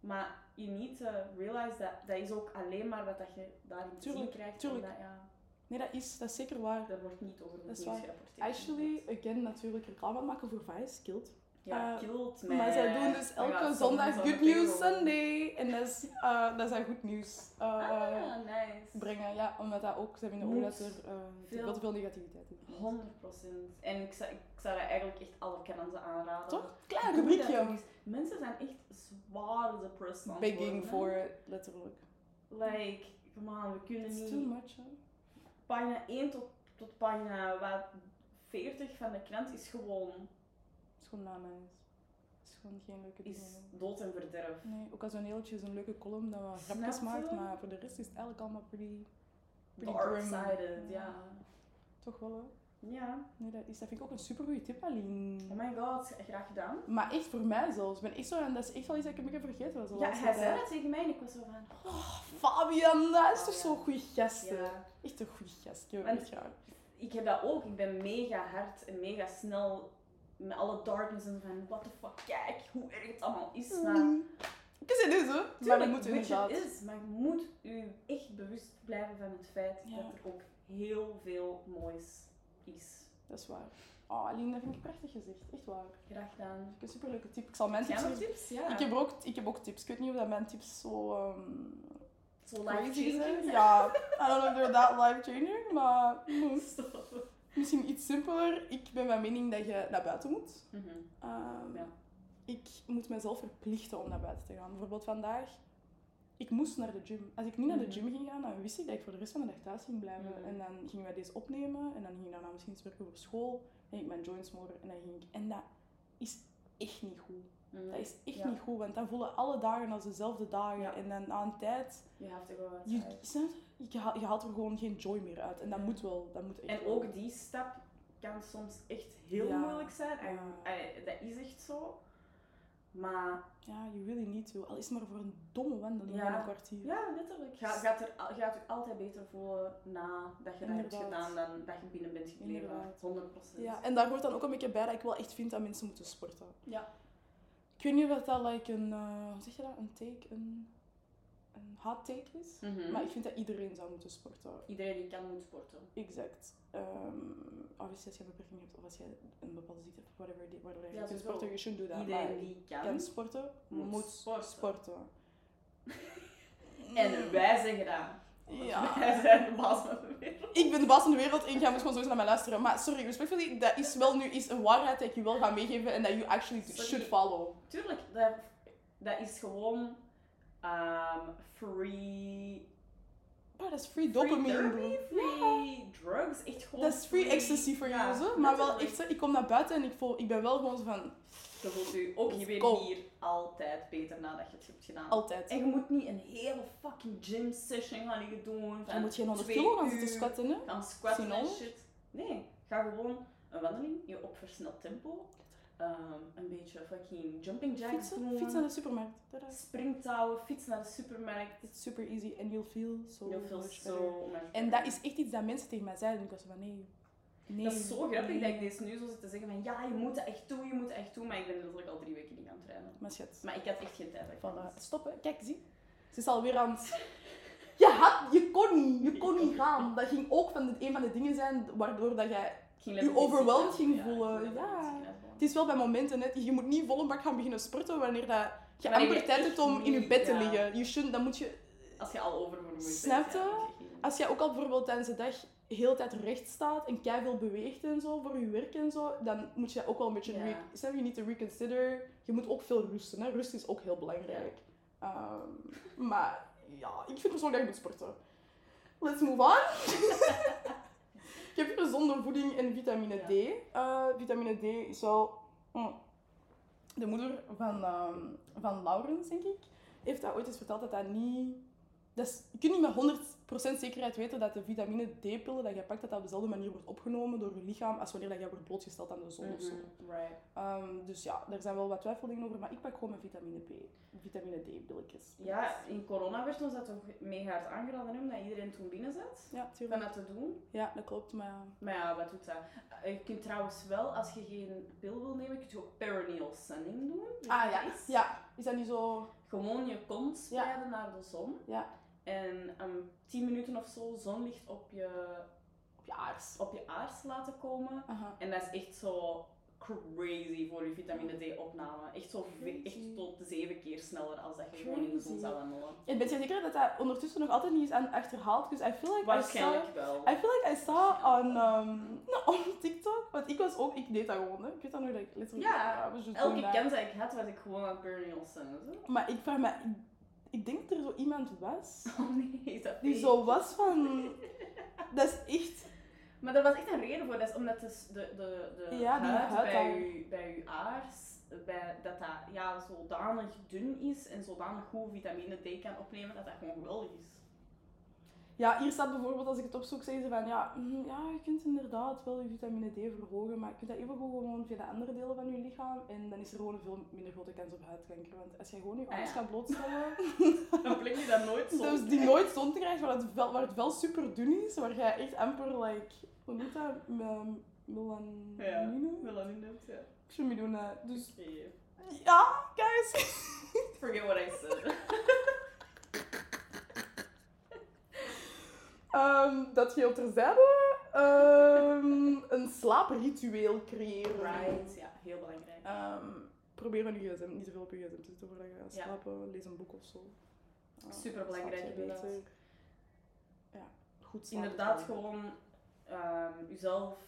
S3: Maar je niet te realize dat dat is ook alleen maar wat dat je daarin te zien
S1: Tuurlijk,
S3: krijgt.
S1: tuurlijk.
S3: Omdat, ja,
S1: Nee, dat is, dat is zeker waar.
S3: daar wordt niet over
S1: Dat
S3: het
S1: is
S3: nieuws
S1: waar.
S3: gerapporteerd.
S1: Actually, again, natuurlijk reclame maken voor Vice, Kilt.
S3: ja,
S1: eh,
S3: killed
S1: Maar
S3: met-
S1: zij doen dus
S3: Oh ja,
S1: elke zondag
S3: zonder
S1: Good News
S3: payroll.
S1: Sunday. En dat is, eh, dat zij goed nieuws eh,
S3: Ah, nice.
S1: brengen. Ja, omdat dat ook, zij vinden ook dat
S3: Nieuws.
S1: er eh, te
S3: Veel.
S1: veel te veel negativiteit in zit.
S3: 100%. En ik zou, ik zou dat eigenlijk echt alle kanalen aanraden.
S1: Toch? Klein
S3: Doe dat toch
S1: rubriekje.
S3: eens. Mensen zijn echt zwaar depressed aan het
S1: Begging
S3: worden.
S1: voor it, letterlijk.
S3: Like, come on, we kunnen
S1: It's
S3: niet...
S1: too much, hè.
S3: Pagina 1 tot, tot pagina wat, 40 van de krant is gewoon...
S1: Het is gewoon na nice. Het is gewoon geen leuke dingen
S3: is
S1: doen.
S3: dood en verderf.
S1: Nee, occasioneeltje is een leuke column dat we
S3: Snap
S1: grapjes
S3: je?
S1: maakt, maar voor de rest is het eigenlijk allemaal pretty, pretty grim.
S3: Dark-sided, ja.
S1: Toch wel, hè?
S3: Ja.
S1: Nee, dat, is, dat vind ik ook een supergoeie tip, Aline.
S3: Oh my god, graag gedaan.
S1: Maar echt voor mij zelfs. Ik Ben echt zo, en dat is echt wel iets dat ik een beetje vergeten was. de
S3: Ja,
S1: laatste
S3: hij zei
S1: tijd.
S3: dat tegen mij en ik was zo van...
S1: Oh, Fabian, dat is toch
S3: Fabian.
S1: zo'n goede gast. hè?
S3: Ja.
S1: Echt een goede gast. Ik heb
S3: Want-
S1: echt graag.
S3: Ik heb dat ook. Ik ben mega hard en mega snel met alle darkness en zo van... What the fuck, kijk hoe erg het allemaal is. Maar
S1: Mm. Ik zeg dit, hè? maar we
S3: tuurlijk,
S1: moeten
S3: weet je
S1: inderdaad...
S3: het is, maar je moet u echt bewust blijven van het feit
S1: Ja.
S3: dat er ook heel veel moois is.
S1: Dat is waar. Oh, Aline, dat vind ik prachtig gezegd. Echt waar. Dat
S3: Graag gedaan.
S1: vind ik een superleuke tip. Ik zal mijn
S3: Heb
S1: tips...
S3: jij nog
S1: even-
S3: tips? Ja.
S1: Ik heb, ook, ik heb ook tips. Ik weet niet of dat mijn tips zo... ehm,
S3: Zo
S1: crazy
S3: life
S1: zijn. Ja, I don't know if they're that life-changing, maar... mm,
S3: Stop.
S1: Misschien iets simpeler. Ik ben van mening dat je naar buiten moet.
S3: Mhm.
S1: Ehm,
S3: Ja.
S1: Ik moet mezelf verplichten om naar buiten te gaan. Bijvoorbeeld vandaag, ik moest naar de gym. Als ik niet naar de
S3: Mhm.
S1: gym ging gaan, dan wist ik dat ik voor de rest van de dag thuis ging blijven.
S3: Mhm.
S1: En dan gingen wij deze opnemen en dan ging ik daarna misschien eens werken voor school. En ik mijn joints smoren en dan ging ik. En dat is echt niet goed.
S3: Mhm.
S1: Dat is echt
S3: Ja.
S1: niet goed, want dan voelen alle dagen als dezelfde dagen.
S3: Ja.
S1: En dan aan een tijd,
S3: You have to go
S1: je,
S3: outside.
S1: snap je? je, haalt- je haalt er gewoon geen joy meer uit. En dat
S3: Ja.
S1: moet wel, dat moet echt
S3: En
S1: wel.
S3: ook die stap kan soms echt heel
S1: Ja.
S3: moeilijk zijn. En,
S1: Ja.
S3: eh, dat is echt zo. Maar
S1: Ja, you really need to. Al is het maar voor een domme wandeling
S3: Ja.
S1: van een kwartier.
S3: ja, letterlijk. Ga, gaat, er, al- gaat u altijd beter voelen na dat je dat hebt
S1: Inderdaad.
S3: gedaan dan dat je binnen bent gebleven.
S1: Inderdaad.
S3: 100%.
S1: Ja, en daar hoort dan ook een beetje bij dat ik wel echt vind dat mensen moeten sporten.
S3: Ja.
S1: Ik weet niet of dat like een, eh, hoe zeg je dat, een take, een, een hot take is.
S3: Mhm.
S1: Maar ik vind dat iedereen zou moeten sporten.
S3: Iedereen die kan moet sporten.
S1: Exact. Ehm obviously als je een beperking hebt of als je een bepaalde ziekte hebt, whatever, die- waardoor je
S3: Ja,
S1: niet kunt
S3: sowieso.
S1: sporten, je shouldn't do that.
S3: Iedereen
S1: Maar
S3: die
S1: je
S3: kan,
S1: kan sporten,
S3: moet
S1: moet,
S3: sporten.
S1: sporten.
S3: En wij zijn gedaan. Want
S1: Ja.
S3: Wij zijn de baas van de wereld.
S1: Ik ben de baas van de wereld en jij moet gewoon sowieso naar mij luisteren. Maar sorry, respectfully, dat is wel nu is een waarheid dat ik je wil gaan meegeven en dat you actually
S3: Sorry.
S1: should follow.
S3: Tuurlijk, dat, dat is gewoon ehm, free
S1: Maar dat is free
S3: free
S1: dopamine,
S3: therapy,
S1: bro.
S3: free drugs, echt gewoon.
S1: Dat is free ecstasy voor jou, zo. Maar wel echt, zo, ik kom naar buiten en ik, voel, ik ben wel gewoon zo van,
S3: Je voelt u ook hier weer
S1: Go.
S3: hier altijd beter nadat je het hebt gedaan.
S1: altijd.
S3: En je moet niet een hele fucking gym session gaan liggen doen.
S1: Dan moet je
S3: geen
S1: geen 100 kilo gaan zitten squatten, hè.
S3: Gaan squatten en
S1: Sinon?
S3: shit. Nee, ga gewoon een wandeling je op versneld tempo. ehm, een beetje fucking jumping jacks
S1: Fietsen,
S3: doen.
S1: fietsen naar de supermarkt. Tada.
S3: Springtouwen, fietsen naar de supermarkt.
S1: It's super easy and you'll feel so
S3: Heel veel
S1: much better.
S3: zo. oh maar-
S1: En dat is echt iets dat mensen tegen mij zeiden en ik was zo van, nee. nee
S3: Dat is zo grappig
S1: nee.
S3: dat ik deze nu zo zit te zeggen van ja, je moet dat echt doen, je moet dat echt doen. Maar ik ben letterlijk al drie weken niet aan het trainen.
S1: Maar schat,
S3: Maar ik had echt geen tijd. dat ik
S1: voilà.
S3: was.
S1: Stoppen. Kijk, zie. Ze is alweer aan het... Je, had, je kon niet, je kon niet gaan. Dat ging ook van de, een van de dingen zijn waardoor dat jij
S3: Ik ging letterlijk
S1: overwhelmed
S3: ziek
S1: ging
S3: uit. ik
S1: voelen,
S3: ging letterlijk
S1: ja.
S3: ziek uit gewoon.
S1: Het is wel bij momenten, hè. je moet niet volle bak gaan beginnen sporten wanneer dat je
S3: Wanneer je
S1: amper tijd
S3: echt
S1: hebt om in je
S3: niet,
S1: bed te
S3: ja.
S1: liggen. Je shouldn't, dan moet je,
S3: Als je al oververmoeid bent.
S1: Snap je?
S3: ja, dat is echt niet-
S1: als jij ook al bijvoorbeeld tijdens de dag heel de tijd recht staat en keihard beweegt en zo voor je werk en zo, dan moet je ook wel een beetje,
S3: Ja.
S1: re- snap je, niet te reconsider. Je moet ook veel rusten, hè. rust is ook heel belangrijk. Ehm, maar ja, ik vind persoonlijk dat je moet sporten. Let's move on. je hebt gezonde voeding en vitamine
S3: Ja.
S1: D. Eh, vitamine D is wel... mm, de moeder van, ehm, van Laurens, denk ik, heeft dat ooit eens verteld dat dat niet... Dat is, je kunt niet met 100% zekerheid weten dat de vitamine D-pillen dat je pakt, dat dat op dezelfde manier wordt opgenomen door je lichaam als wanneer dat jij wordt blootgesteld aan de zon of Ah, zo.
S3: Mhm, Right.
S1: Ehm, dus ja, daar zijn wel wat twijfelingen over, maar ik pak gewoon mijn vitamine B. Vitamine D-pilletjes.
S3: Ja, in corona werd ons dat toch mega hard aangeraden, hè, omdat iedereen toen binnen zat.
S1: Ja,
S3: Van
S1: tuurlijk.
S3: dat te doen.
S1: Ja, dat klopt, maar...
S3: Maar ja, wat doet dat? Eh, Je kunt trouwens wel, als je geen pil wil nemen, kun je ook perineal sunning doen. Weet je
S1: Ah
S3: wat
S1: ja,
S3: dat is?
S1: ja. Is dat niet zo...
S3: Gewoon je kont
S1: Ja.
S3: spreiden naar de zon.
S1: Ja.
S3: En um, 10 minuten of zo zonlicht op je,
S1: Op je aars.
S3: op je aars laten komen.
S1: Aha.
S3: En dat is echt zo crazy voor je vitamine D-opname. Echt, zo ve-
S1: Crazy.
S3: echt tot zeven keer sneller als dat je gewoon in de zon
S1: Crazy.
S3: zou wandelen.
S1: En ben je zeker dat dat ondertussen nog altijd niet is aan achterhaald? Dus I feel like I saw-
S3: Waarschijnlijk wel.
S1: I feel like I saw on, um, on TikTok, want ik was ook, ik deed dat gewoon, hè. ik weet dat nog dat ik letterlijk...
S3: Ja,
S1: we just doing
S3: Elke
S1: that.
S3: kans die ik had, was ik gewoon aan Burial Sun.
S1: Maar ik vraag me, ik, ik denk dat er zo iemand was,
S3: Oh nee, is dat
S1: die
S3: fake?
S1: zo was van, dat is echt,
S3: Maar daar was echt een reden voor. Dat is omdat de, de, de, de
S1: Ja, die
S3: huid
S1: huid
S3: bij
S1: dan.
S3: je, bij je aars bij, dat dat ja, zodanig dun is en zodanig goed vitamine D kan opnemen dat dat gewoon geweldig is.
S1: Ja, hier staat bijvoorbeeld, als ik het opzoek, zeggen ze van ja, mm, ja, je kunt inderdaad wel je vitamine D verhogen, maar je kunt dat even goed gewoon via de andere delen van je lichaam en dan is er gewoon een veel minder grote kans op huidkanker. Want als jij gewoon je
S3: Ah,
S1: ouders
S3: ja.
S1: gaat blootstellen,
S3: Dan plek je dat nooit zo.
S1: dus die nooit zon krijgt, waar het wel, waar het wel super dun is, waar jij echt amper, like, hoe noemt dat? Ehm, Melanine?
S3: Ja, melanine, ja.
S1: Ik zou me doen, eh, dus
S3: Oké.
S1: ja, guys.
S3: Forget what I said.
S1: Ehm, dat je op terzijde ehm, een slaapritueel creëren.
S3: Right, ja, heel belangrijk.
S1: Ehm, probeer aan je gsm, niet te veel op je gsm te zitten voordat je gaat
S3: Ja.
S1: slapen. Lees een boek of zo. Ja,
S3: Superbelangrijk,
S1: slaap je
S3: inderdaad.
S1: beter. Ja, goed slapen.
S3: Inderdaad, gewoon ehm jezelf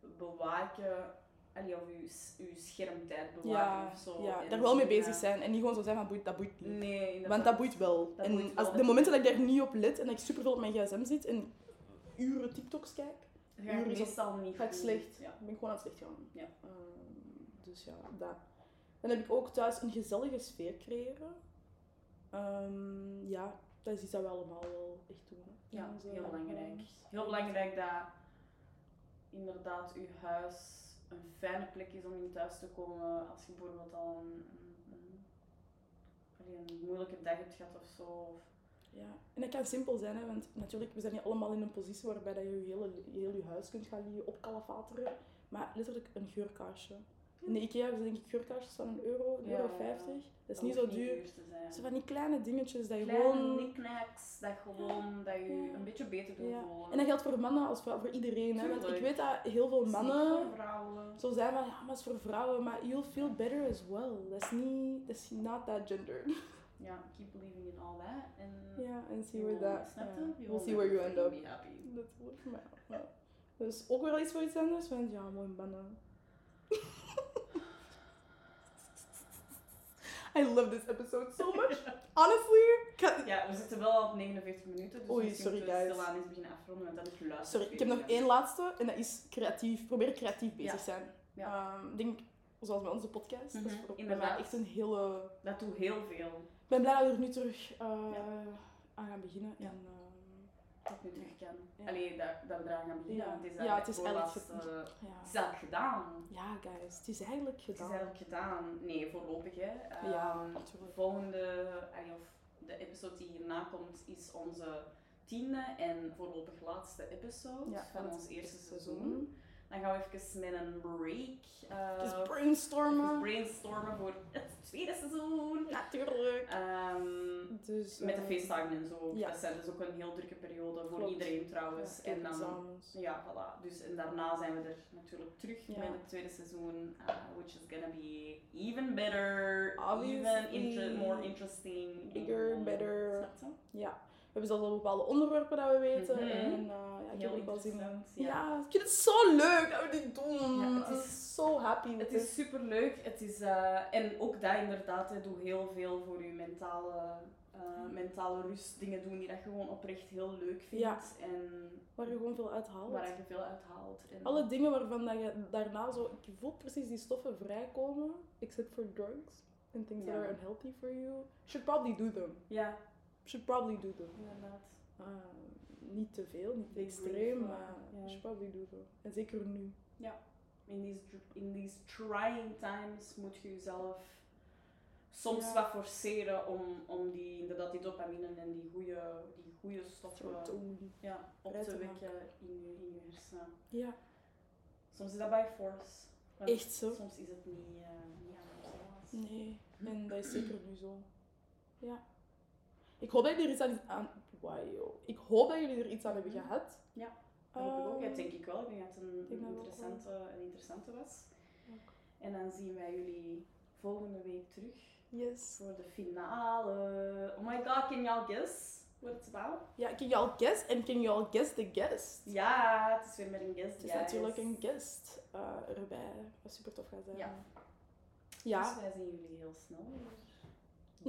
S3: bewaken. Allee, of je, s- je schermtijd bewaken
S1: Ja,
S3: of zo.
S1: ja
S3: En eh,
S1: daar wel mee
S3: zo, ja.
S1: bezig zijn. En niet gewoon zo zijn van, boeit, dat boeit niet.
S3: Nee, inderdaad.
S1: Want dat boeit wel.
S3: Dat
S1: en
S3: boeit wel,
S1: als
S3: dat
S1: de
S3: boeit.
S1: momenten dat ik daar niet op let en dat ik superveel op mijn gsm zit en uren TikToks kijk,
S3: Dat ga ik
S1: Uren is
S3: meestal niet
S1: Ga ik
S3: goed.
S1: slecht.
S3: Mm, Ja.
S1: ben ik gewoon aan het slecht gaan.
S3: Ja.
S1: dus ja, dat. Dan heb ik ook thuis een gezellige sfeer creëren. Ehm, ja, dat is iets dat we allemaal wel echt doen. hè.
S3: Ja,
S1: In onze
S3: heel belangrijk.
S1: lockdowns.
S3: Heel belangrijk dat inderdaad je huis een fijne plek is om in thuis te komen. Als je bijvoorbeeld al een, een, een- allee, een moeilijke dag hebt gehad of zo. Of,
S1: Ja. En dat kan simpel zijn, hè, want natuurlijk, we zijn niet allemaal in een positie waarbij dat je je hele, je heel je huis kunt gaan liggen opkalafateren. Maar letterlijk een geurkaarsje. In de IKEA hebben ze denk ik geurkaarsjes van een euro, een
S3: Ja,
S1: euro
S3: ja.
S1: vijftig. Dat is
S3: dat
S1: niet zo
S3: hoeft
S1: duur.
S3: te zijn.
S1: Zo van die kleine dingetjes dat je
S3: Kleine
S1: gewoon...
S3: knickknacks, dat gewoon dat je
S1: Ja.
S3: een beetje beter doet
S1: Ja.
S3: voelen.
S1: En dat geldt voor mannen als voor, voor iedereen. Hè? Want ik
S3: Tuurlijk.
S1: weet dat heel veel
S3: Dat is niet
S1: mannen
S3: voor vrouwen.
S1: zo zijn van, ja, maar het is voor vrouwen, maar you'll feel better as well. Dat is niet, dat is not that gender.
S3: Ja, keep believing in all that. En
S1: Ja, and see
S3: you
S1: where
S3: will-
S1: that,
S3: snap je?
S1: ja,
S3: You
S1: we'll
S3: will
S1: see where you end
S3: never
S1: up.
S3: be happy.
S1: Natuurlijk, maar ja, ja. Dat is ook wel iets voor iets anders, want ja, mooi mannen. I love this episode so much. Honestly, ik ga-
S3: Ja, we zitten wel op 49 minuten, dus
S1: Oei,
S3: misschien
S1: sorry,
S3: moeten we
S1: guys.
S3: stilaan eens beginnen afronden, want dat is dus luisteren.
S1: Sorry, ik heb nog één laatste en dat is creatief. Probeer creatief bezig
S3: Ja.
S1: zijn.
S3: Ja.
S1: Ehm, ik denk, zoals bij onze podcast, dat is
S3: Mhm,
S1: voor voor mij
S3: inderdaad.
S1: echt een hele...
S3: Dat doet heel veel,
S1: Ik ben blij dat we er nu terug eh,
S3: Ja.
S1: aan gaan beginnen.
S3: Ja.
S1: En, ehm,
S3: dat nu terug kan.
S1: Ja.
S3: Allee, dat, dat we eraan gaan beginnen,
S1: Ja.
S3: want het is
S1: Ja,
S3: eigenlijk
S1: het is
S3: voor
S1: eigenlijk
S3: laatst, eh, het is
S1: ja.
S3: eigenlijk gedaan.
S1: ja, guys, het is eigenlijk
S3: Het is
S1: gedaan.
S3: eigenlijk gedaan. Nee, voorlopig hè. Ehm,
S1: Ja, natuurlijk.
S3: volgende, allee, of de episode die hierna komt, is onze tiende en voorlopig laatste episode
S1: Ja,
S3: van
S1: het
S3: ons eerste seizoen. Dan gaan we even met een break. eh,
S1: Dus
S3: even
S1: brainstormen.
S3: brainstormen voor het tweede seizoen.
S1: Natuurlijk.
S3: Ehm,
S1: Dus,
S3: met de
S1: eh,
S3: feestdagen en zo.
S1: ja.
S3: Dat zijn dus ook een heel drukke periode voor
S1: Klopt.
S3: iedereen trouwens.
S1: ja,
S3: en dan,
S1: examens.
S3: ja, voilà. Dus, en daarna zijn we er natuurlijk terug
S1: Ja.
S3: met het tweede seizoen. eh, which is gonna be even better. Even
S1: Obviously.
S3: inter- more interesting.
S1: Bigger,
S3: en-
S1: better.
S3: Snap je?
S1: We hebben zelfs al bepaalde onderwerpen dat we weten.
S3: Mhm.
S1: En eh, ja, ik heb
S3: Heel
S1: er ook wel zin in.
S3: interessant.
S1: Ja.
S3: Ja.
S1: ik vind het zo leuk dat we dit doen.
S3: Ja, het
S1: I'm
S3: is-
S1: so happy.
S3: Het
S1: with
S3: is super leuk. Het is, eh, en ook dat inderdaad, hè, doe heel veel voor je mentale, eh,
S1: Mm.
S3: mentale rust. Dingen doen die dat je gewoon oprecht heel leuk vindt.
S1: Ja.
S3: En
S1: Waar je gewoon veel uit haalt.
S3: waar je veel uit haalt. En
S1: Alle dingen waarvan dat je daarna zo... Ik voel precies die stoffen vrijkomen. Except for drugs. And things
S3: Ja.
S1: that are unhealthy for you. Should probably do them.
S3: Ja,
S1: Should probably do them.
S3: inderdaad.
S1: Ah, niet te veel, niet te
S3: Big
S1: extreem,
S3: relief,
S1: maar
S3: ja.
S1: should probably do them. En zeker nu.
S3: In these, dr- in these trying times moet je jezelf soms
S1: Ja.
S3: wat forceren om, om die, inderdaad die dopamine en die goede die goede stoffen
S1: Serotonin.
S3: ja, op
S1: Uit
S3: te
S1: te
S3: wekken in je, in je hersenen.
S1: Ja,
S3: Soms is dat by force. want
S1: echt zo.
S3: Soms is het niet, eh niet anders. helaas.
S1: Nee,
S3: Hm.
S1: en dat is zeker nu zo. Ja. Ik hoop dat jullie er iets aan... aan wow. Ik hoop dat jullie er iets aan hebben gehad.
S3: Hm. Ja, Dat hoop ik ook. Ja,
S1: Ehm,
S3: denk ik wel. Ik denk dat het een,
S1: ik denk
S3: een
S1: dat ook
S3: interessante, een interessante was.
S1: Ook.
S3: En dan zien wij jullie volgende week terug
S1: Yes.
S3: voor de finale. Oh my god, can y'all guess what it's about?
S1: Ja, can y'all guess? En can y'all guess the guest?
S3: Ja, het is weer met een guest.
S1: Het
S3: Dus
S1: is
S3: guys.
S1: natuurlijk een guest eh, erbij. Wat super tof gaat zijn.
S3: Ja.
S1: Ja.
S3: Dus wij zien jullie heel snel weer. eh,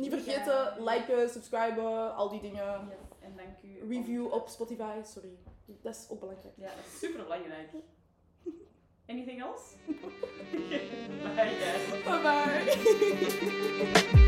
S1: Niet
S3: Doei,
S1: vergeten,
S3: guys.
S1: liken, subscriben, al die dingen.
S3: Yes, en dank u. om-
S1: Review op Spotify, sorry. Dat is ook belangrijk.
S3: Ja, dat is super belangrijk. Anything else? Bye guys.
S1: Bye bye! Doei!